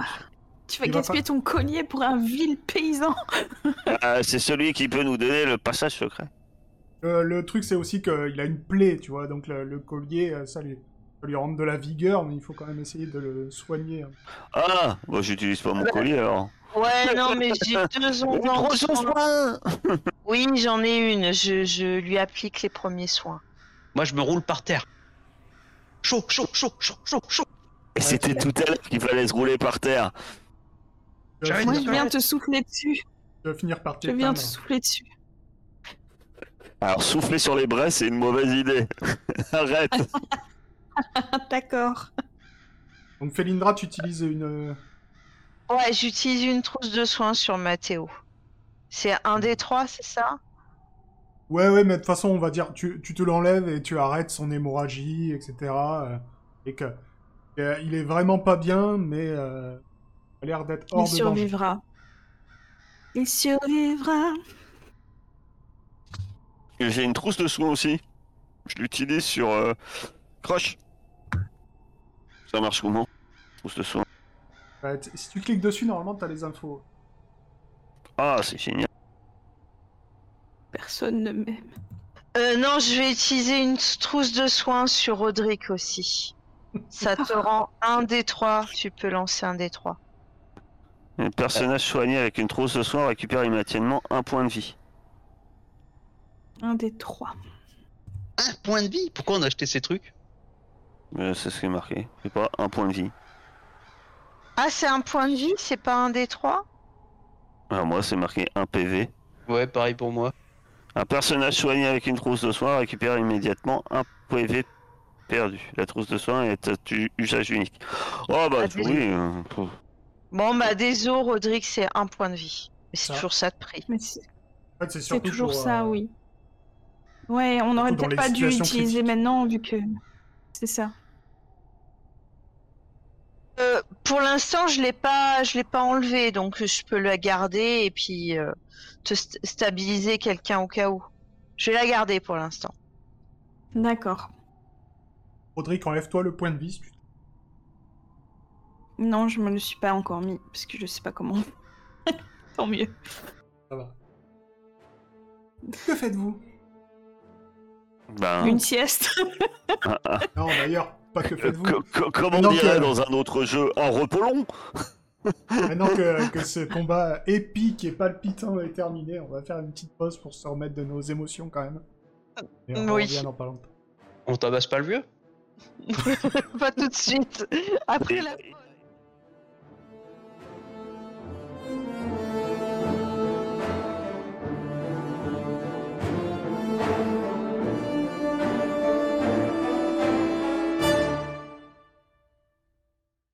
[SPEAKER 4] sur
[SPEAKER 1] Tu vas
[SPEAKER 2] il va
[SPEAKER 1] gaspiller ton collier pour un vil paysan
[SPEAKER 4] lui. Ah, c'est celui qui peut nous donner le passage secret.
[SPEAKER 2] Euh, le truc, c'est aussi qu'il a une plaie, tu vois, donc le, le collier, euh, ça lui, ça lui rentre de la vigueur, mais il faut quand même essayer de le soigner. hein.
[SPEAKER 4] Ah Bon, j'utilise pas mon collier alors.
[SPEAKER 5] Ouais, non, mais j'ai deux
[SPEAKER 4] Mais
[SPEAKER 5] onguents.
[SPEAKER 4] prends
[SPEAKER 5] de
[SPEAKER 4] son
[SPEAKER 5] soin.
[SPEAKER 4] soin
[SPEAKER 5] Oui, j'en ai une. Je, je lui applique les premiers soins.
[SPEAKER 3] Moi, je me roule par terre. Chaud, chaud, chaud, chaud, chaud, chaud.
[SPEAKER 4] Et c'était tout à l'heure qu'il fallait se rouler par terre.
[SPEAKER 2] Tu vas
[SPEAKER 3] J'arrête
[SPEAKER 1] Moi,
[SPEAKER 2] finir
[SPEAKER 1] je
[SPEAKER 2] par-
[SPEAKER 1] viens te souffler dessus.
[SPEAKER 2] tu vas finir par
[SPEAKER 1] Je viens
[SPEAKER 2] t'éteindre.
[SPEAKER 1] te souffler dessus.
[SPEAKER 4] Alors, souffler sur les bras, c'est une mauvaise idée. Arrête
[SPEAKER 1] Ah, D'accord.
[SPEAKER 2] Donc Felindra, tu utilises une... euh,
[SPEAKER 5] Ouais, j'utilise une trousse de soins sur Mathéo. C'est un des trois, c'est ça
[SPEAKER 2] Ouais, ouais, mais de toute façon, on va dire, tu, tu te l'enlèves et tu arrêtes son hémorragie, etc. euh, et que euh, il est vraiment pas bien, mais euh, il a l'air d'être hors
[SPEAKER 1] Il
[SPEAKER 2] de danger.
[SPEAKER 1] survivra. Il survivra.
[SPEAKER 4] J'ai une trousse de soins aussi. Je l'utilise sur euh, Crush. Ça marche comment Trousse de soins.
[SPEAKER 2] Ouais, t- si tu cliques dessus, normalement, t'as les infos.
[SPEAKER 4] Ah, c'est génial.
[SPEAKER 1] Personne ne m'aime.
[SPEAKER 5] euh, Non, je vais utiliser une trousse de soins sur Rodrigue aussi. Ça te rend un des trois. Tu peux lancer un des trois.
[SPEAKER 4] Un personnage soigné avec une trousse de soins récupère immédiatement un point de vie.
[SPEAKER 1] Un des trois.
[SPEAKER 3] Un point de vie Pourquoi on a acheté ces trucs
[SPEAKER 4] Euh, c'est ce qui est marqué. C'est pas un point de vie.
[SPEAKER 5] Ah, c'est un point de vie, c'est pas un des trois
[SPEAKER 4] Alors moi, c'est marqué un PV.
[SPEAKER 3] Ouais, pareil pour moi.
[SPEAKER 4] Un personnage soigné avec une trousse de soins récupère immédiatement un PV perdu. La trousse de soins est à tu- usage unique. Oh bah
[SPEAKER 5] Ah,
[SPEAKER 4] oui. euh, pff.
[SPEAKER 5] Bon, bah, désolé, Rodrigue, c'est un point de vie. Mais c'est
[SPEAKER 2] Ah.
[SPEAKER 5] toujours ça de prix.
[SPEAKER 1] Mais c'est
[SPEAKER 2] En fait, c'est
[SPEAKER 1] c'est
[SPEAKER 2] surtout
[SPEAKER 1] toujours
[SPEAKER 2] pour,
[SPEAKER 1] ça,
[SPEAKER 2] euh,
[SPEAKER 1] oui. Ouais, on aurait
[SPEAKER 2] dans
[SPEAKER 1] peut-être
[SPEAKER 2] les
[SPEAKER 1] pas dû
[SPEAKER 2] situations
[SPEAKER 1] utiliser
[SPEAKER 2] critiques.
[SPEAKER 1] maintenant, vu que. C'est ça.
[SPEAKER 5] Euh, pour l'instant, je l'ai pas, je l'ai pas enlevé, donc je peux la garder et puis euh, te st- stabiliser quelqu'un au cas où. Je vais la garder pour l'instant.
[SPEAKER 1] D'accord.
[SPEAKER 2] Rodrigue, enlève-toi le point de vie. si tu-
[SPEAKER 1] Non, je me le suis pas encore mis, parce que je sais pas comment. Tant mieux.
[SPEAKER 2] Ça va. Que faites-vous
[SPEAKER 4] Ben,
[SPEAKER 1] Une sieste.
[SPEAKER 4] ah, ah.
[SPEAKER 2] Non, d'ailleurs, pas que
[SPEAKER 4] Euh,
[SPEAKER 2] faites-vous.
[SPEAKER 4] co- co- Comme on
[SPEAKER 2] Maintenant que-
[SPEAKER 4] dirait dans un autre jeu, un repos long
[SPEAKER 2] Maintenant que, que ce combat épique et palpitant est terminé, on va faire une petite pause pour se remettre de nos émotions quand même. Et on
[SPEAKER 5] Oui.
[SPEAKER 2] revient dans pas longtemps.
[SPEAKER 3] On tabasse pas le vieux
[SPEAKER 5] pas tout de suite. Après la pause.